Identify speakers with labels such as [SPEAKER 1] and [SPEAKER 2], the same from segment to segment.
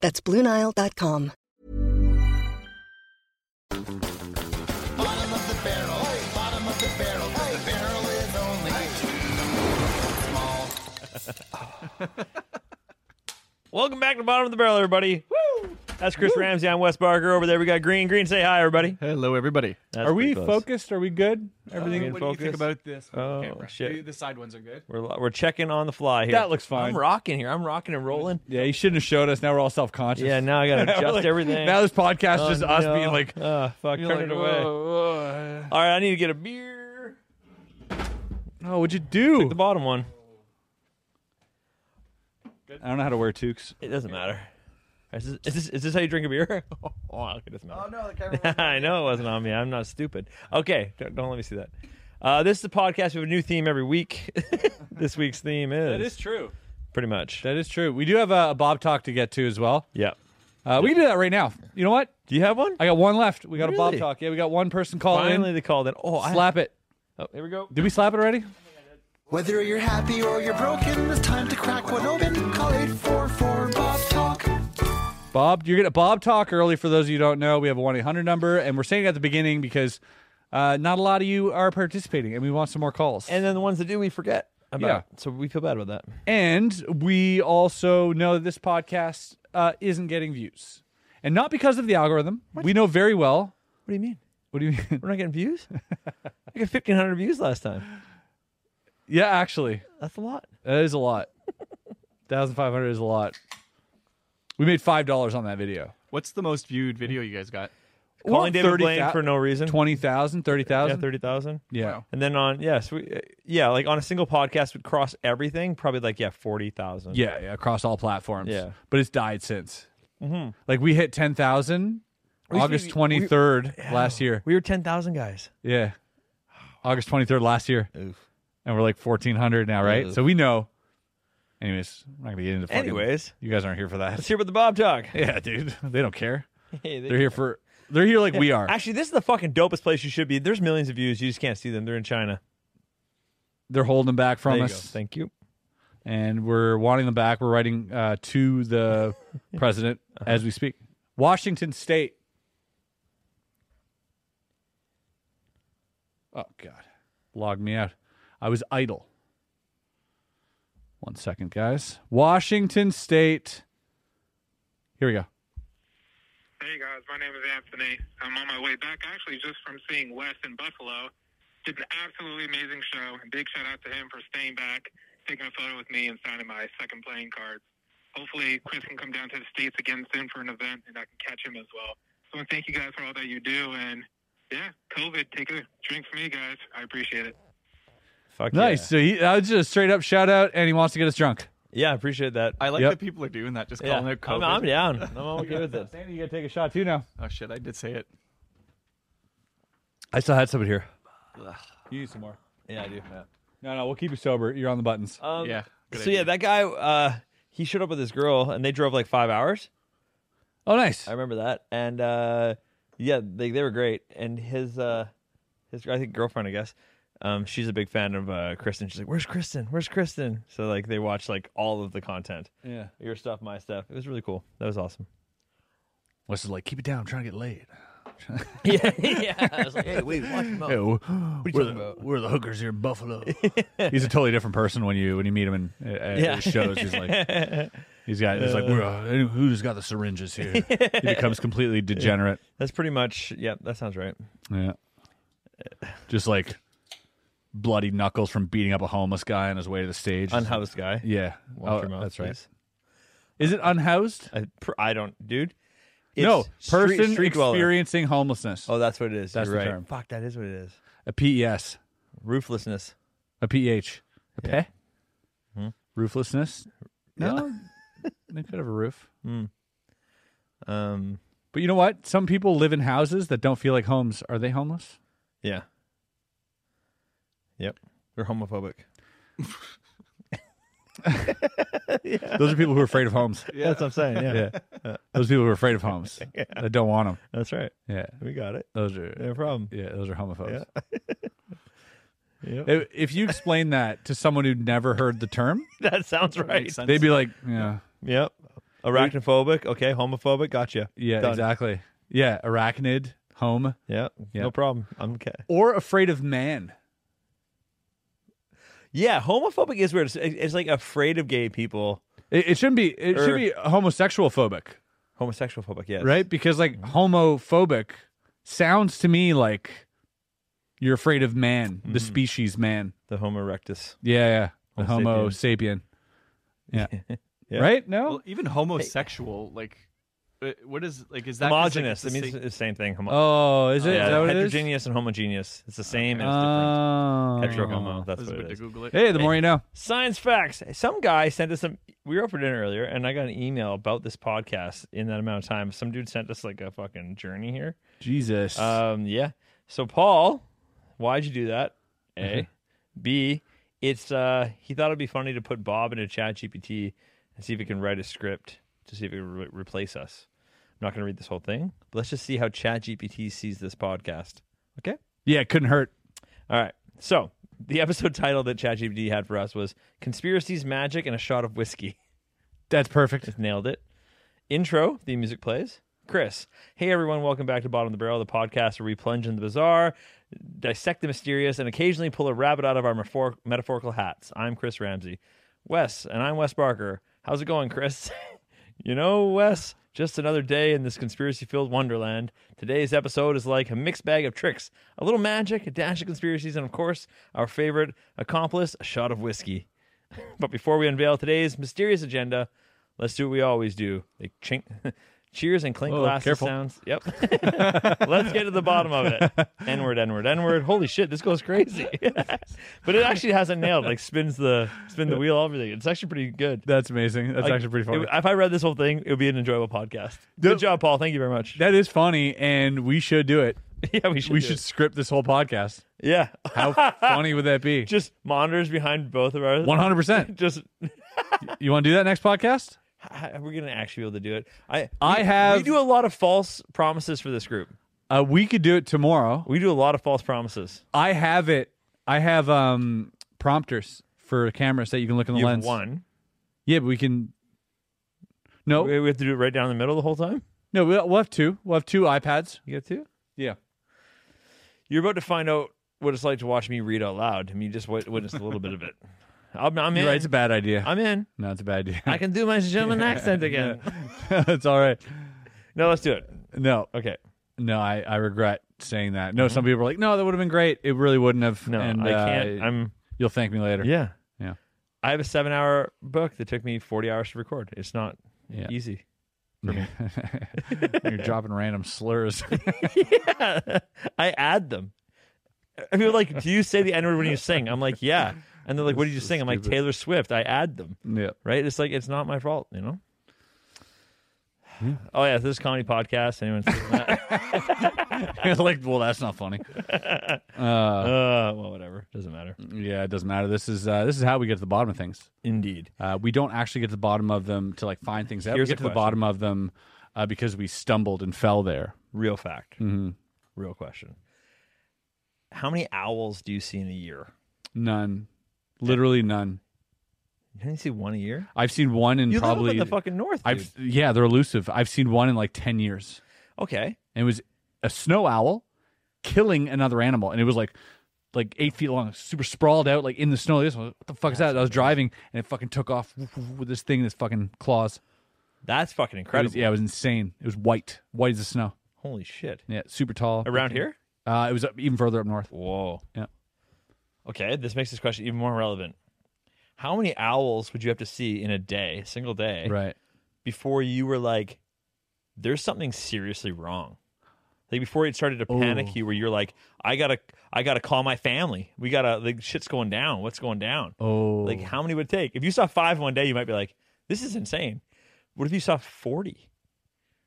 [SPEAKER 1] That's BlueNile.com.
[SPEAKER 2] Bottom of the barrel. Bottom of the barrel. The barrel is only small.
[SPEAKER 3] Welcome back to Bottom of the Barrel, everybody. Woo! That's Chris Ramsey. I'm Wes Barker. Over there, we got Green. Green, say hi, everybody.
[SPEAKER 4] Hello, everybody.
[SPEAKER 3] That's
[SPEAKER 5] Are
[SPEAKER 3] pretty
[SPEAKER 5] we
[SPEAKER 3] close.
[SPEAKER 5] focused? Are we good? Everything
[SPEAKER 3] Being
[SPEAKER 4] Uh, what do you think
[SPEAKER 3] focused.
[SPEAKER 4] about this?
[SPEAKER 3] Oh,
[SPEAKER 4] camera?
[SPEAKER 3] shit.
[SPEAKER 4] The- The side ones are good.
[SPEAKER 3] We're, we're checking on the fly here.
[SPEAKER 5] that looks fine.
[SPEAKER 3] I'm rocking here. I'm rocking and rolling.
[SPEAKER 5] Yeah, you shouldn't have showed us. Now we're all self conscious.
[SPEAKER 3] Yeah, now I got to adjust everything.
[SPEAKER 5] Now this podcast
[SPEAKER 3] Oh,
[SPEAKER 5] is just us
[SPEAKER 3] no.
[SPEAKER 5] being like,
[SPEAKER 3] oh, fuck, turn
[SPEAKER 5] you're like,
[SPEAKER 3] it away.
[SPEAKER 5] "Whoa,
[SPEAKER 3] All right, I need to get a beer.
[SPEAKER 5] whoa." Oh, what'd you do?
[SPEAKER 3] The bottom one.
[SPEAKER 5] I don't know how to wear toques.
[SPEAKER 3] It doesn't matter. Is this, is this, is this how you drink a beer? oh, it doesn't matter.
[SPEAKER 4] no, the
[SPEAKER 3] I know it wasn't on me. I'm not stupid. Okay, don't, don't let me see that. Uh, this is the podcast. We have a new theme every week. this week's theme is,
[SPEAKER 5] true.
[SPEAKER 3] pretty much.
[SPEAKER 5] That is true. We do have a, a Bob talk to get to as well.
[SPEAKER 3] Yeah.
[SPEAKER 5] Uh, we can do that right now. You know what?
[SPEAKER 3] Do you have one?
[SPEAKER 5] I got one left. We got a Bob
[SPEAKER 3] Really?
[SPEAKER 5] talk. Yeah, we got one person calling
[SPEAKER 3] Finally, they called in. Oh,
[SPEAKER 5] in.
[SPEAKER 3] I
[SPEAKER 5] Slap it.
[SPEAKER 3] Oh, here we go.
[SPEAKER 5] Did we slap it already?
[SPEAKER 2] Whether you're happy or you're broken, it's time to crack one open. Call 844 Bob Talk.
[SPEAKER 5] Bob, you're gonna Bob talk early. For those of you who don't know, we have a one eight hundred number, and we're saying it at the beginning because uh, not a lot of you are participating, and we want some more calls.
[SPEAKER 3] And then the ones that do, we forget about. So we feel bad about that.
[SPEAKER 5] And we also know that this podcast uh, isn't getting views, and not because of the algorithm. We know very well.
[SPEAKER 3] What do you mean?
[SPEAKER 5] What do you mean?
[SPEAKER 3] We're not getting views? I got 1,500 views last time.
[SPEAKER 5] yeah, actually,
[SPEAKER 3] That's a lot.
[SPEAKER 5] that is a lot. Thousand five hundred is a lot. We made five dollars on that video.
[SPEAKER 4] What's the most viewed video you guys got?
[SPEAKER 3] Calling David
[SPEAKER 5] 30
[SPEAKER 3] Blaine
[SPEAKER 5] thou-
[SPEAKER 3] for no reason.
[SPEAKER 5] Twenty thousand, thirty
[SPEAKER 3] yeah,
[SPEAKER 5] thousand.
[SPEAKER 3] 30,000.
[SPEAKER 5] Yeah.
[SPEAKER 3] And then on, yes, we, uh, yeah, like on a single podcast would cross everything, probably like, yeah, 40,000.
[SPEAKER 5] Yeah, yeah, across all platforms.
[SPEAKER 3] Yeah.
[SPEAKER 5] but it's died since. Mm-hmm. Like we hit ten thousand
[SPEAKER 3] should
[SPEAKER 5] August
[SPEAKER 3] be-
[SPEAKER 5] twenty third last year.
[SPEAKER 3] We were 10,000 guys.
[SPEAKER 5] yeah, August twenty third last year,
[SPEAKER 3] Oof.
[SPEAKER 5] and we're like fourteen hundred now, right? So we know. Anyways, I'm not gonna get into. Fucking,
[SPEAKER 3] Anyways.
[SPEAKER 5] you guys aren't here for
[SPEAKER 3] Let's
[SPEAKER 5] that.
[SPEAKER 3] hear about the Bob Talk.
[SPEAKER 5] Yeah, dude, they don't care.
[SPEAKER 3] Hey, they-
[SPEAKER 5] They're here for. They're here like we are.
[SPEAKER 3] Actually, this is the fucking dopest place you should be. There's millions of views. You just can't see them. They're in China.
[SPEAKER 5] They're holding them back
[SPEAKER 3] There
[SPEAKER 5] from
[SPEAKER 3] you go.
[SPEAKER 5] us,
[SPEAKER 3] Thank you.
[SPEAKER 5] and we're wanting them back. We're writing uh, to the president as we speak. Washington State. Oh God, logged me out. I was idle. One second, guys. Washington State. Here we go.
[SPEAKER 6] Hey guys, my name is Anthony. I'm on my way back actually just from seeing Wes in Buffalo. Did an absolutely amazing show, and big shout out to him for staying back, taking a photo with me, and signing my second playing cards. Hopefully, Chris can come down to the States again soon for an event, and I can catch him as well. So I want to thank you guys for all that you do, and yeah, COVID, take a drink for me, guys. I appreciate it.
[SPEAKER 3] Fuck
[SPEAKER 5] Nice.
[SPEAKER 3] Yeah.
[SPEAKER 5] So he, that was just a straight up shout out, and he wants to get us drunk.
[SPEAKER 3] Yeah, I appreciate that.
[SPEAKER 4] I like
[SPEAKER 5] Yep.
[SPEAKER 4] that people are doing that, just
[SPEAKER 3] yeah.
[SPEAKER 4] calling it
[SPEAKER 3] I'm,
[SPEAKER 4] COVID.
[SPEAKER 3] I'm down. I'm okay with this.
[SPEAKER 5] Sandy, you gotta take a shot too now.
[SPEAKER 4] Oh shit, I did say it.
[SPEAKER 5] I still had some in here. You need some more.
[SPEAKER 3] Yeah, I do.
[SPEAKER 5] No, no, we'll keep you sober. You're on the buttons.
[SPEAKER 3] Um,
[SPEAKER 4] yeah.
[SPEAKER 3] uh, So yeah, that guy, uh, he showed up with this girl, and they drove like five hours.
[SPEAKER 5] Oh, nice.
[SPEAKER 3] I remember that. And uh, yeah, they they were great. And his uh, his I think girlfriend, I guess. Um, she's a big fan of uh, Kristen. She's like, "Where's Kristen? Where's Kristen?" So like they watch like all of the content,
[SPEAKER 5] Yeah.
[SPEAKER 3] your stuff, my stuff. It was really cool. That was awesome.
[SPEAKER 5] Wes is like, keep it down. I'm trying to get laid.
[SPEAKER 3] yeah, yeah. I was like, "Hey, wait, watch him out."
[SPEAKER 5] Hey, wh- where, the, where the hookers here in Buffalo? he's a totally different person when you when you meet him in uh, at
[SPEAKER 3] Yeah.
[SPEAKER 5] his shows. He's like he's got he's like we're, uh, who's got the syringes here? he becomes completely degenerate.
[SPEAKER 3] That's pretty much. Yeah, that sounds right.
[SPEAKER 5] Yeah, just like bloody knuckles from beating up a homeless guy on his way to the stage.
[SPEAKER 3] Unhoused guy.
[SPEAKER 5] yeah,
[SPEAKER 3] Watch your
[SPEAKER 5] Oh,
[SPEAKER 3] mouth,
[SPEAKER 5] that's right.
[SPEAKER 3] please.
[SPEAKER 5] Is it unhoused?
[SPEAKER 3] I, pr- I don't, dude.
[SPEAKER 5] no,
[SPEAKER 3] It's street-
[SPEAKER 5] person
[SPEAKER 3] street dweller.
[SPEAKER 5] experiencing homelessness.
[SPEAKER 3] Oh, that's what it is.
[SPEAKER 5] That's
[SPEAKER 3] You're
[SPEAKER 5] the
[SPEAKER 3] right.
[SPEAKER 5] term.
[SPEAKER 3] Fuck, that is what it is.
[SPEAKER 5] A E PES,
[SPEAKER 3] Rooflessness.
[SPEAKER 5] a PH, a pe?
[SPEAKER 3] Hmm?
[SPEAKER 5] rooflessness. No, they could have a roof.
[SPEAKER 3] Hmm. Um,
[SPEAKER 5] But you know what? Some people live in houses that don't feel like homes. Are they homeless?
[SPEAKER 3] yeah. Yep. They're homophobic.
[SPEAKER 5] Those are people who are afraid of homes.
[SPEAKER 3] Yeah. That's what I'm saying. Yeah.
[SPEAKER 5] Those people who are afraid of homes that don't want them.
[SPEAKER 3] That's right.
[SPEAKER 5] Yeah,
[SPEAKER 3] We got it.
[SPEAKER 5] those are
[SPEAKER 3] No problem.
[SPEAKER 5] yeah, those are homophobes.
[SPEAKER 3] Yep.
[SPEAKER 5] If- If you explain that to someone who never heard the term,
[SPEAKER 3] That sounds right.
[SPEAKER 4] Makes sense.
[SPEAKER 5] they'd be like, yeah,
[SPEAKER 3] Yep. Arachnophobic. Okay. Homophobic. Gotcha.
[SPEAKER 5] yeah,
[SPEAKER 3] Done.
[SPEAKER 5] exactly, yeah, arachnid, home,
[SPEAKER 3] Yep. No problem. I'm okay.
[SPEAKER 5] or afraid of man.
[SPEAKER 3] Yeah. Homophobic is weird. It's, it's like afraid of gay people.
[SPEAKER 5] It, it shouldn't be. It
[SPEAKER 3] Or-
[SPEAKER 5] should be homosexual phobic,
[SPEAKER 3] Homosexual phobic. Er. Yes.
[SPEAKER 5] right? Because like homophobic sounds to me like you're afraid of man, the species man.
[SPEAKER 3] The Homo erectus.
[SPEAKER 5] Yeah, yeah. The
[SPEAKER 3] Hmm. Homo
[SPEAKER 5] Homo, sapien. Yeah.
[SPEAKER 3] Yeah.
[SPEAKER 5] Right? No?
[SPEAKER 4] Well, even homosexual, like, uh, what is like? Is that 'cause, like,
[SPEAKER 3] Homogeneous.
[SPEAKER 4] it's
[SPEAKER 3] it
[SPEAKER 4] the
[SPEAKER 3] means
[SPEAKER 4] same-
[SPEAKER 3] it's the same thing. Homo-
[SPEAKER 5] oh, is it? Is
[SPEAKER 3] yeah,
[SPEAKER 5] that what it is?
[SPEAKER 3] heterogeneous and homogeneous. It's the same and it's different.
[SPEAKER 5] Oh.
[SPEAKER 3] Hetero homo. That's
[SPEAKER 4] was
[SPEAKER 3] what
[SPEAKER 4] about
[SPEAKER 3] it
[SPEAKER 4] to
[SPEAKER 3] is.
[SPEAKER 4] Google it.
[SPEAKER 5] Hey, the more you know.
[SPEAKER 3] Science facts. Some guy sent us some. We were up for dinner earlier, and I got an email about this podcast in that amount of time. Some dude sent us like a fucking journey here.
[SPEAKER 5] Jesus.
[SPEAKER 3] Um, yeah. So Paul, why'd you do that? A, B. It's uh, he thought it'd be funny to put Bob into Chat GPT and see if it can write a script to see if it can re- replace us. I'm not gonna read this whole thing. But let's just see how Chat GPT sees this podcast. Okay.
[SPEAKER 5] yeah, it couldn't hurt.
[SPEAKER 3] All right. So the episode title that ChatGPT had for us was Conspiracies, Magic, and a Shot of Whiskey.
[SPEAKER 5] That's perfect.
[SPEAKER 3] Nailed it. Intro, the music plays. Chris, hey everyone, welcome back to Bottom of the Barrel, the podcast where we plunge into the bizarre, dissect the mysterious, and occasionally pull a rabbit out of our metaphor- metaphorical hats. I'm Chris Ramsey. Wes, and I'm Wes Barker. How's it going, Chris? you know, Wes, just another day in this conspiracy filled wonderland. Today's episode is like a mixed bag of tricks a little magic, a dash of conspiracies, and of course, our favorite accomplice, a shot of whiskey. But before we unveil today's mysterious agenda, let's do what we always do. They chink, cheers and clink
[SPEAKER 5] Whoa,
[SPEAKER 3] glasses
[SPEAKER 5] Oh, careful.
[SPEAKER 3] sounds. Yep. let's get to the bottom of it. N-word, N-word, N-word. Holy shit, this goes crazy. but it actually has it nailed. Like spins the spin the wheel, everything. It's actually pretty good.
[SPEAKER 5] That's amazing. That's
[SPEAKER 3] Like,
[SPEAKER 5] actually pretty funny.
[SPEAKER 3] it- if I read this whole thing, it would be an enjoyable podcast. Good job, Paul. Thank you very much.
[SPEAKER 5] that is funny, and we should do it.
[SPEAKER 3] yeah, we should.
[SPEAKER 5] we
[SPEAKER 3] do
[SPEAKER 5] should
[SPEAKER 3] it.
[SPEAKER 5] script this whole podcast.
[SPEAKER 3] Yeah.
[SPEAKER 5] How funny would that be?
[SPEAKER 3] Just monitors behind both of ours.
[SPEAKER 5] 100%.
[SPEAKER 3] Just
[SPEAKER 5] You want to do that next podcast?
[SPEAKER 3] How- we're gonna actually be able to do it. I
[SPEAKER 5] I
[SPEAKER 3] we-
[SPEAKER 5] have-
[SPEAKER 3] We do a lot of false promises for this group.
[SPEAKER 5] Uh, we could do it tomorrow.
[SPEAKER 3] We do a lot of false promises.
[SPEAKER 5] I have it. I have um prompters for cameras that you can look in the
[SPEAKER 3] You've
[SPEAKER 5] lens.
[SPEAKER 3] won.
[SPEAKER 5] Yeah, but we can. No,
[SPEAKER 3] We we have to do it right down the middle the whole time.
[SPEAKER 5] no, we'll, we'll have two. We'll have two iPads.
[SPEAKER 3] You got two.
[SPEAKER 5] Yeah.
[SPEAKER 3] You're about to find out what it's like to watch me read out loud. I mean, you just wit- witness a little bit of it. I'm, I'm in.
[SPEAKER 5] You're right. It's a bad idea.
[SPEAKER 3] I'm in.
[SPEAKER 5] no, it's a bad idea.
[SPEAKER 3] I can do my German accent again.
[SPEAKER 5] it's all right.
[SPEAKER 3] No, let's do it.
[SPEAKER 5] No,
[SPEAKER 3] Okay.
[SPEAKER 5] no, I, I regret saying that. No, some people are like, no, that would have been great. It really wouldn't have.
[SPEAKER 3] Mm-hmm. No,
[SPEAKER 5] and,
[SPEAKER 3] I
[SPEAKER 5] uh,
[SPEAKER 3] can't. I'm.
[SPEAKER 5] You'll thank me later.
[SPEAKER 3] Yeah.
[SPEAKER 5] Yeah.
[SPEAKER 3] I have a seven-hour book that took me 40 hours to record. It's not
[SPEAKER 5] Yeah.
[SPEAKER 3] easy.
[SPEAKER 5] You're dropping random slurs.
[SPEAKER 3] I add them. I mean, like, do you say the N word when you sing? I'm like, yeah. And they're like, what did you sing? I'm like, Taylor Swift. I add them,
[SPEAKER 5] yeah.
[SPEAKER 3] right? It's like, it's not my fault, you know?
[SPEAKER 5] Hmm.
[SPEAKER 3] Oh, yeah. This is a comedy podcast. Anyone?
[SPEAKER 5] like, well, that's not funny. Uh,
[SPEAKER 3] uh, well, whatever. Doesn't matter.
[SPEAKER 5] yeah, it doesn't matter. This is uh, this is how we get to the bottom of things.
[SPEAKER 3] Indeed.
[SPEAKER 5] Uh, we don't actually get to the bottom of them to like find things out.
[SPEAKER 3] Here's
[SPEAKER 5] we
[SPEAKER 3] a
[SPEAKER 5] get to the
[SPEAKER 3] question.
[SPEAKER 5] bottom of them uh, because we stumbled and fell there.
[SPEAKER 3] Real fact.
[SPEAKER 5] hmm
[SPEAKER 3] Real question. How many owls do you see in a year?
[SPEAKER 5] None, literally none.
[SPEAKER 3] You only see one a year.
[SPEAKER 5] I've seen one in
[SPEAKER 3] you live
[SPEAKER 5] probably.
[SPEAKER 3] up in the fucking north.
[SPEAKER 5] I've
[SPEAKER 3] dude.
[SPEAKER 5] yeah, they're elusive. I've seen one in like ten years.
[SPEAKER 3] okay.
[SPEAKER 5] and it was a snow owl killing another animal, and it was like like eight feet long, super sprawled out, like in the snow. This one, what the fuck is that? I was driving, and it fucking took off woof, woof, with this thing, in its fucking claws.
[SPEAKER 3] That's fucking
[SPEAKER 5] It was-
[SPEAKER 3] incredible.
[SPEAKER 5] yeah, it was insane. It was white, white as the snow.
[SPEAKER 3] Holy shit.
[SPEAKER 5] Yeah, super tall.
[SPEAKER 3] Around here?
[SPEAKER 5] Uh, it was up, even further up north.
[SPEAKER 3] Whoa.
[SPEAKER 5] Yeah.
[SPEAKER 3] Okay, this makes this question even more relevant. How many owls would you have to see in a day, a single day,
[SPEAKER 5] Right.
[SPEAKER 3] before you were like, "There's something seriously wrong"? Like before it started to
[SPEAKER 5] Oh.
[SPEAKER 3] panic you, where you're like, "I gotta, I gotta call my family. We gotta, like, shit's going down. What's going down?"
[SPEAKER 5] Oh,
[SPEAKER 3] Like, how many would it take? If you saw five one day, you might be like, "This is insane." What if you saw forty?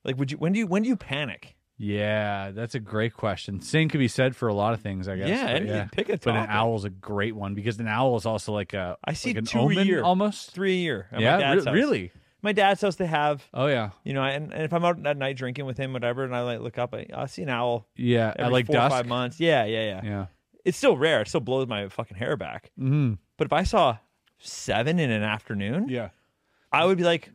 [SPEAKER 3] Like, would you? When do you? When do you panic?
[SPEAKER 5] yeah, that's a great question. Same could be said for a lot of things, I guess.
[SPEAKER 3] Yeah,
[SPEAKER 5] but
[SPEAKER 3] and you pick a
[SPEAKER 5] But an
[SPEAKER 3] topic.
[SPEAKER 5] owl's a great one because an owl is also like a
[SPEAKER 3] I see
[SPEAKER 5] like an
[SPEAKER 3] two a
[SPEAKER 5] omen
[SPEAKER 3] year.
[SPEAKER 5] almost.
[SPEAKER 3] Three a year. at my
[SPEAKER 5] yeah,
[SPEAKER 3] dad's
[SPEAKER 5] re-
[SPEAKER 3] house.
[SPEAKER 5] really.
[SPEAKER 3] My dad's house, they have
[SPEAKER 5] Oh yeah,
[SPEAKER 3] You know, and, and if I'm out at night drinking with him, whatever, and I like look up, I, I see an owl
[SPEAKER 5] yeah.
[SPEAKER 3] every
[SPEAKER 5] I like
[SPEAKER 3] four
[SPEAKER 5] dusk.
[SPEAKER 3] or five months. Yeah, yeah, yeah,
[SPEAKER 5] Yeah.
[SPEAKER 3] It's still rare. It still blows my fucking hair back.
[SPEAKER 5] Mm-hmm.
[SPEAKER 3] But if I saw seven in an afternoon,
[SPEAKER 5] Yeah.
[SPEAKER 3] I would be like,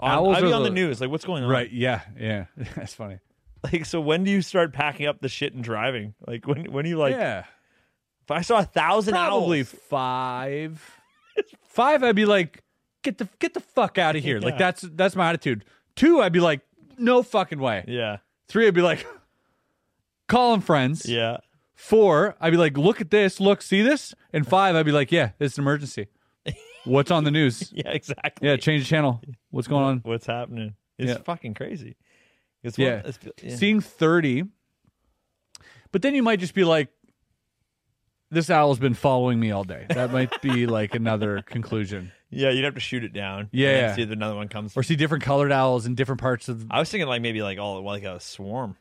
[SPEAKER 3] on,
[SPEAKER 5] Owls
[SPEAKER 3] I'd be
[SPEAKER 5] are
[SPEAKER 3] on the,
[SPEAKER 5] the-
[SPEAKER 3] news, like, what's going on?
[SPEAKER 5] Right. Yeah. Yeah. That's funny.
[SPEAKER 3] Like, so when do you start packing up the shit and driving? Like, when when do you like?
[SPEAKER 5] yeah.
[SPEAKER 3] If I saw a thousand
[SPEAKER 5] Probably
[SPEAKER 3] owls,
[SPEAKER 5] five. five. I'd be like, get the get the fuck out of here. Like
[SPEAKER 3] Yeah.
[SPEAKER 5] that's that's my attitude. Two. I'd be like, no fucking way.
[SPEAKER 3] yeah,
[SPEAKER 5] Three. I'd be like, calling friends.
[SPEAKER 3] yeah.
[SPEAKER 5] Four. I'd be like, look at this. Look, see this. And five. I'd be like, yeah, it's an emergency. What's on the news?
[SPEAKER 3] Yeah, exactly.
[SPEAKER 5] Yeah. Change the channel. What's going on?
[SPEAKER 3] What's happening? It's
[SPEAKER 5] Yeah.
[SPEAKER 3] fucking crazy. It's
[SPEAKER 5] Yeah.
[SPEAKER 3] One, it's, yeah.
[SPEAKER 5] seeing 30 but then you might just be like this owl's been following me all day that might be like another conclusion
[SPEAKER 3] yeah, you'd have to shoot it down.
[SPEAKER 5] Yeah,
[SPEAKER 3] and then
[SPEAKER 5] yeah.
[SPEAKER 3] see if another one comes.
[SPEAKER 5] or see different colored owls in different parts of
[SPEAKER 3] I was thinking like maybe like all like a swarm.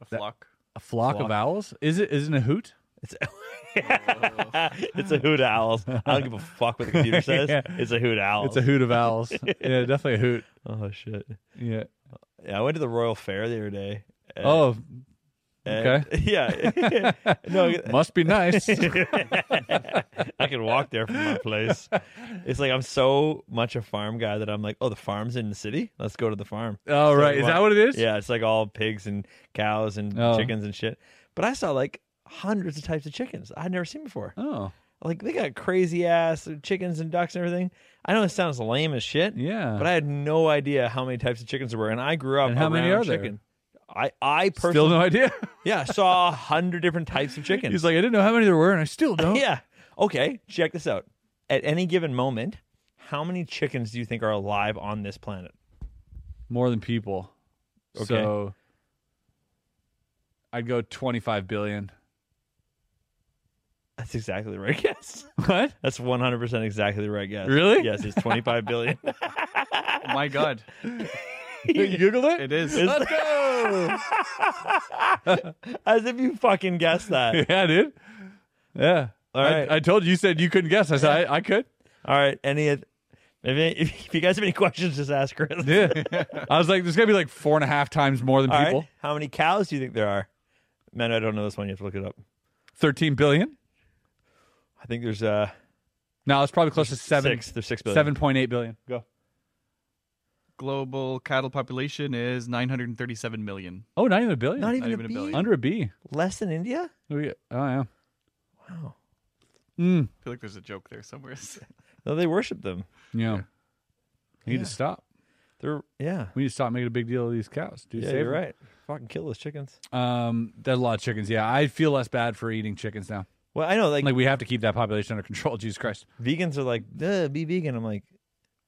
[SPEAKER 4] A flock.
[SPEAKER 5] a flock, of
[SPEAKER 3] Flock.
[SPEAKER 5] owls is it isn't a hoot
[SPEAKER 3] It's it's a hoot of owls. I don't give a fuck what the computer says.
[SPEAKER 5] Oh. Yeah.
[SPEAKER 3] It's a hoot of owls.
[SPEAKER 5] it's a hoot of owls yeah definitely a hoot
[SPEAKER 3] Oh shit!
[SPEAKER 5] yeah
[SPEAKER 3] Yeah, I went to the Royal Fair the other day. and-
[SPEAKER 5] oh
[SPEAKER 3] and-
[SPEAKER 5] okay.
[SPEAKER 3] Yeah. no,
[SPEAKER 5] must be nice
[SPEAKER 3] I can walk there from my place. It's like I'm so much a farm guy that I'm like, oh, the farm's in the city. Let's go to the farm.
[SPEAKER 5] oh
[SPEAKER 3] So
[SPEAKER 5] right
[SPEAKER 3] we
[SPEAKER 5] is
[SPEAKER 3] walk-
[SPEAKER 5] that what it is
[SPEAKER 3] Yeah, it's like all pigs and cows and
[SPEAKER 5] Oh.
[SPEAKER 3] chickens and shit. But I saw like hundreds of types of chickens I'd never seen before.
[SPEAKER 5] oh
[SPEAKER 3] Like they got crazy ass chickens and ducks and everything. I know it sounds lame as shit.
[SPEAKER 5] Yeah.
[SPEAKER 3] But I had no idea how many types of chickens there were, and I grew up.
[SPEAKER 5] And how many
[SPEAKER 3] around
[SPEAKER 5] are there?
[SPEAKER 3] chicken. I I personally
[SPEAKER 5] still no idea
[SPEAKER 3] yeah I saw a hundred different types of chickens.
[SPEAKER 5] he's like i didn't know how many there were and i still don't
[SPEAKER 3] yeah. Okay. Check this out. At any given moment, how many chickens do you think are alive on this planet?
[SPEAKER 5] more than people.
[SPEAKER 3] Okay.
[SPEAKER 5] So I'd go 25 billion.
[SPEAKER 3] That's exactly the right guess.
[SPEAKER 5] What?
[SPEAKER 3] That's one hundred percent exactly the right guess.
[SPEAKER 5] Really?
[SPEAKER 3] Yes, it's twenty five billion.
[SPEAKER 4] Oh my god,
[SPEAKER 5] You Google it?
[SPEAKER 4] it is.
[SPEAKER 3] Let's go. As if you fucking guessed that.
[SPEAKER 5] Yeah, dude. Yeah.
[SPEAKER 3] All
[SPEAKER 5] I,
[SPEAKER 3] right.
[SPEAKER 5] I told you, you said you couldn't guess. I said, I, I could.
[SPEAKER 3] All right. Any if, if if you guys have any questions, just ask Chris.
[SPEAKER 5] Yeah. I was like, there's going to be like four and a half times more than
[SPEAKER 3] All right.
[SPEAKER 5] people.
[SPEAKER 3] How many cows do you think there are? Man, I don't know this one. You have to look it up.
[SPEAKER 5] 13 billion?
[SPEAKER 3] I think there's uh
[SPEAKER 5] No, it's probably close to seven.
[SPEAKER 3] six. There's six billion.
[SPEAKER 5] 7.8 billion. Go.
[SPEAKER 4] Global cattle population is 937 million.
[SPEAKER 5] Oh, not even a billion.
[SPEAKER 3] Not even, a
[SPEAKER 4] even a
[SPEAKER 3] billion.
[SPEAKER 4] billion.
[SPEAKER 5] Under a B.
[SPEAKER 3] Less than India?
[SPEAKER 5] Oh, yeah. Oh, yeah.
[SPEAKER 3] Wow.
[SPEAKER 5] Mm.
[SPEAKER 4] I feel like there's a joke there somewhere.
[SPEAKER 3] No, they worship them.
[SPEAKER 5] Yeah. We need to stop.
[SPEAKER 3] They're yeah.
[SPEAKER 5] We need to stop making a big deal of these cows. Dude,
[SPEAKER 3] yeah,
[SPEAKER 5] save
[SPEAKER 3] you're
[SPEAKER 5] them.
[SPEAKER 3] right. Fucking kill those chickens.
[SPEAKER 5] Um, there's a lot of chickens. Yeah, I feel less bad for eating chickens now.
[SPEAKER 3] Well, I know like,
[SPEAKER 5] Like, we have to keep that population under control. Jesus Christ.
[SPEAKER 3] vegans are like, Duh, be vegan. I'm like,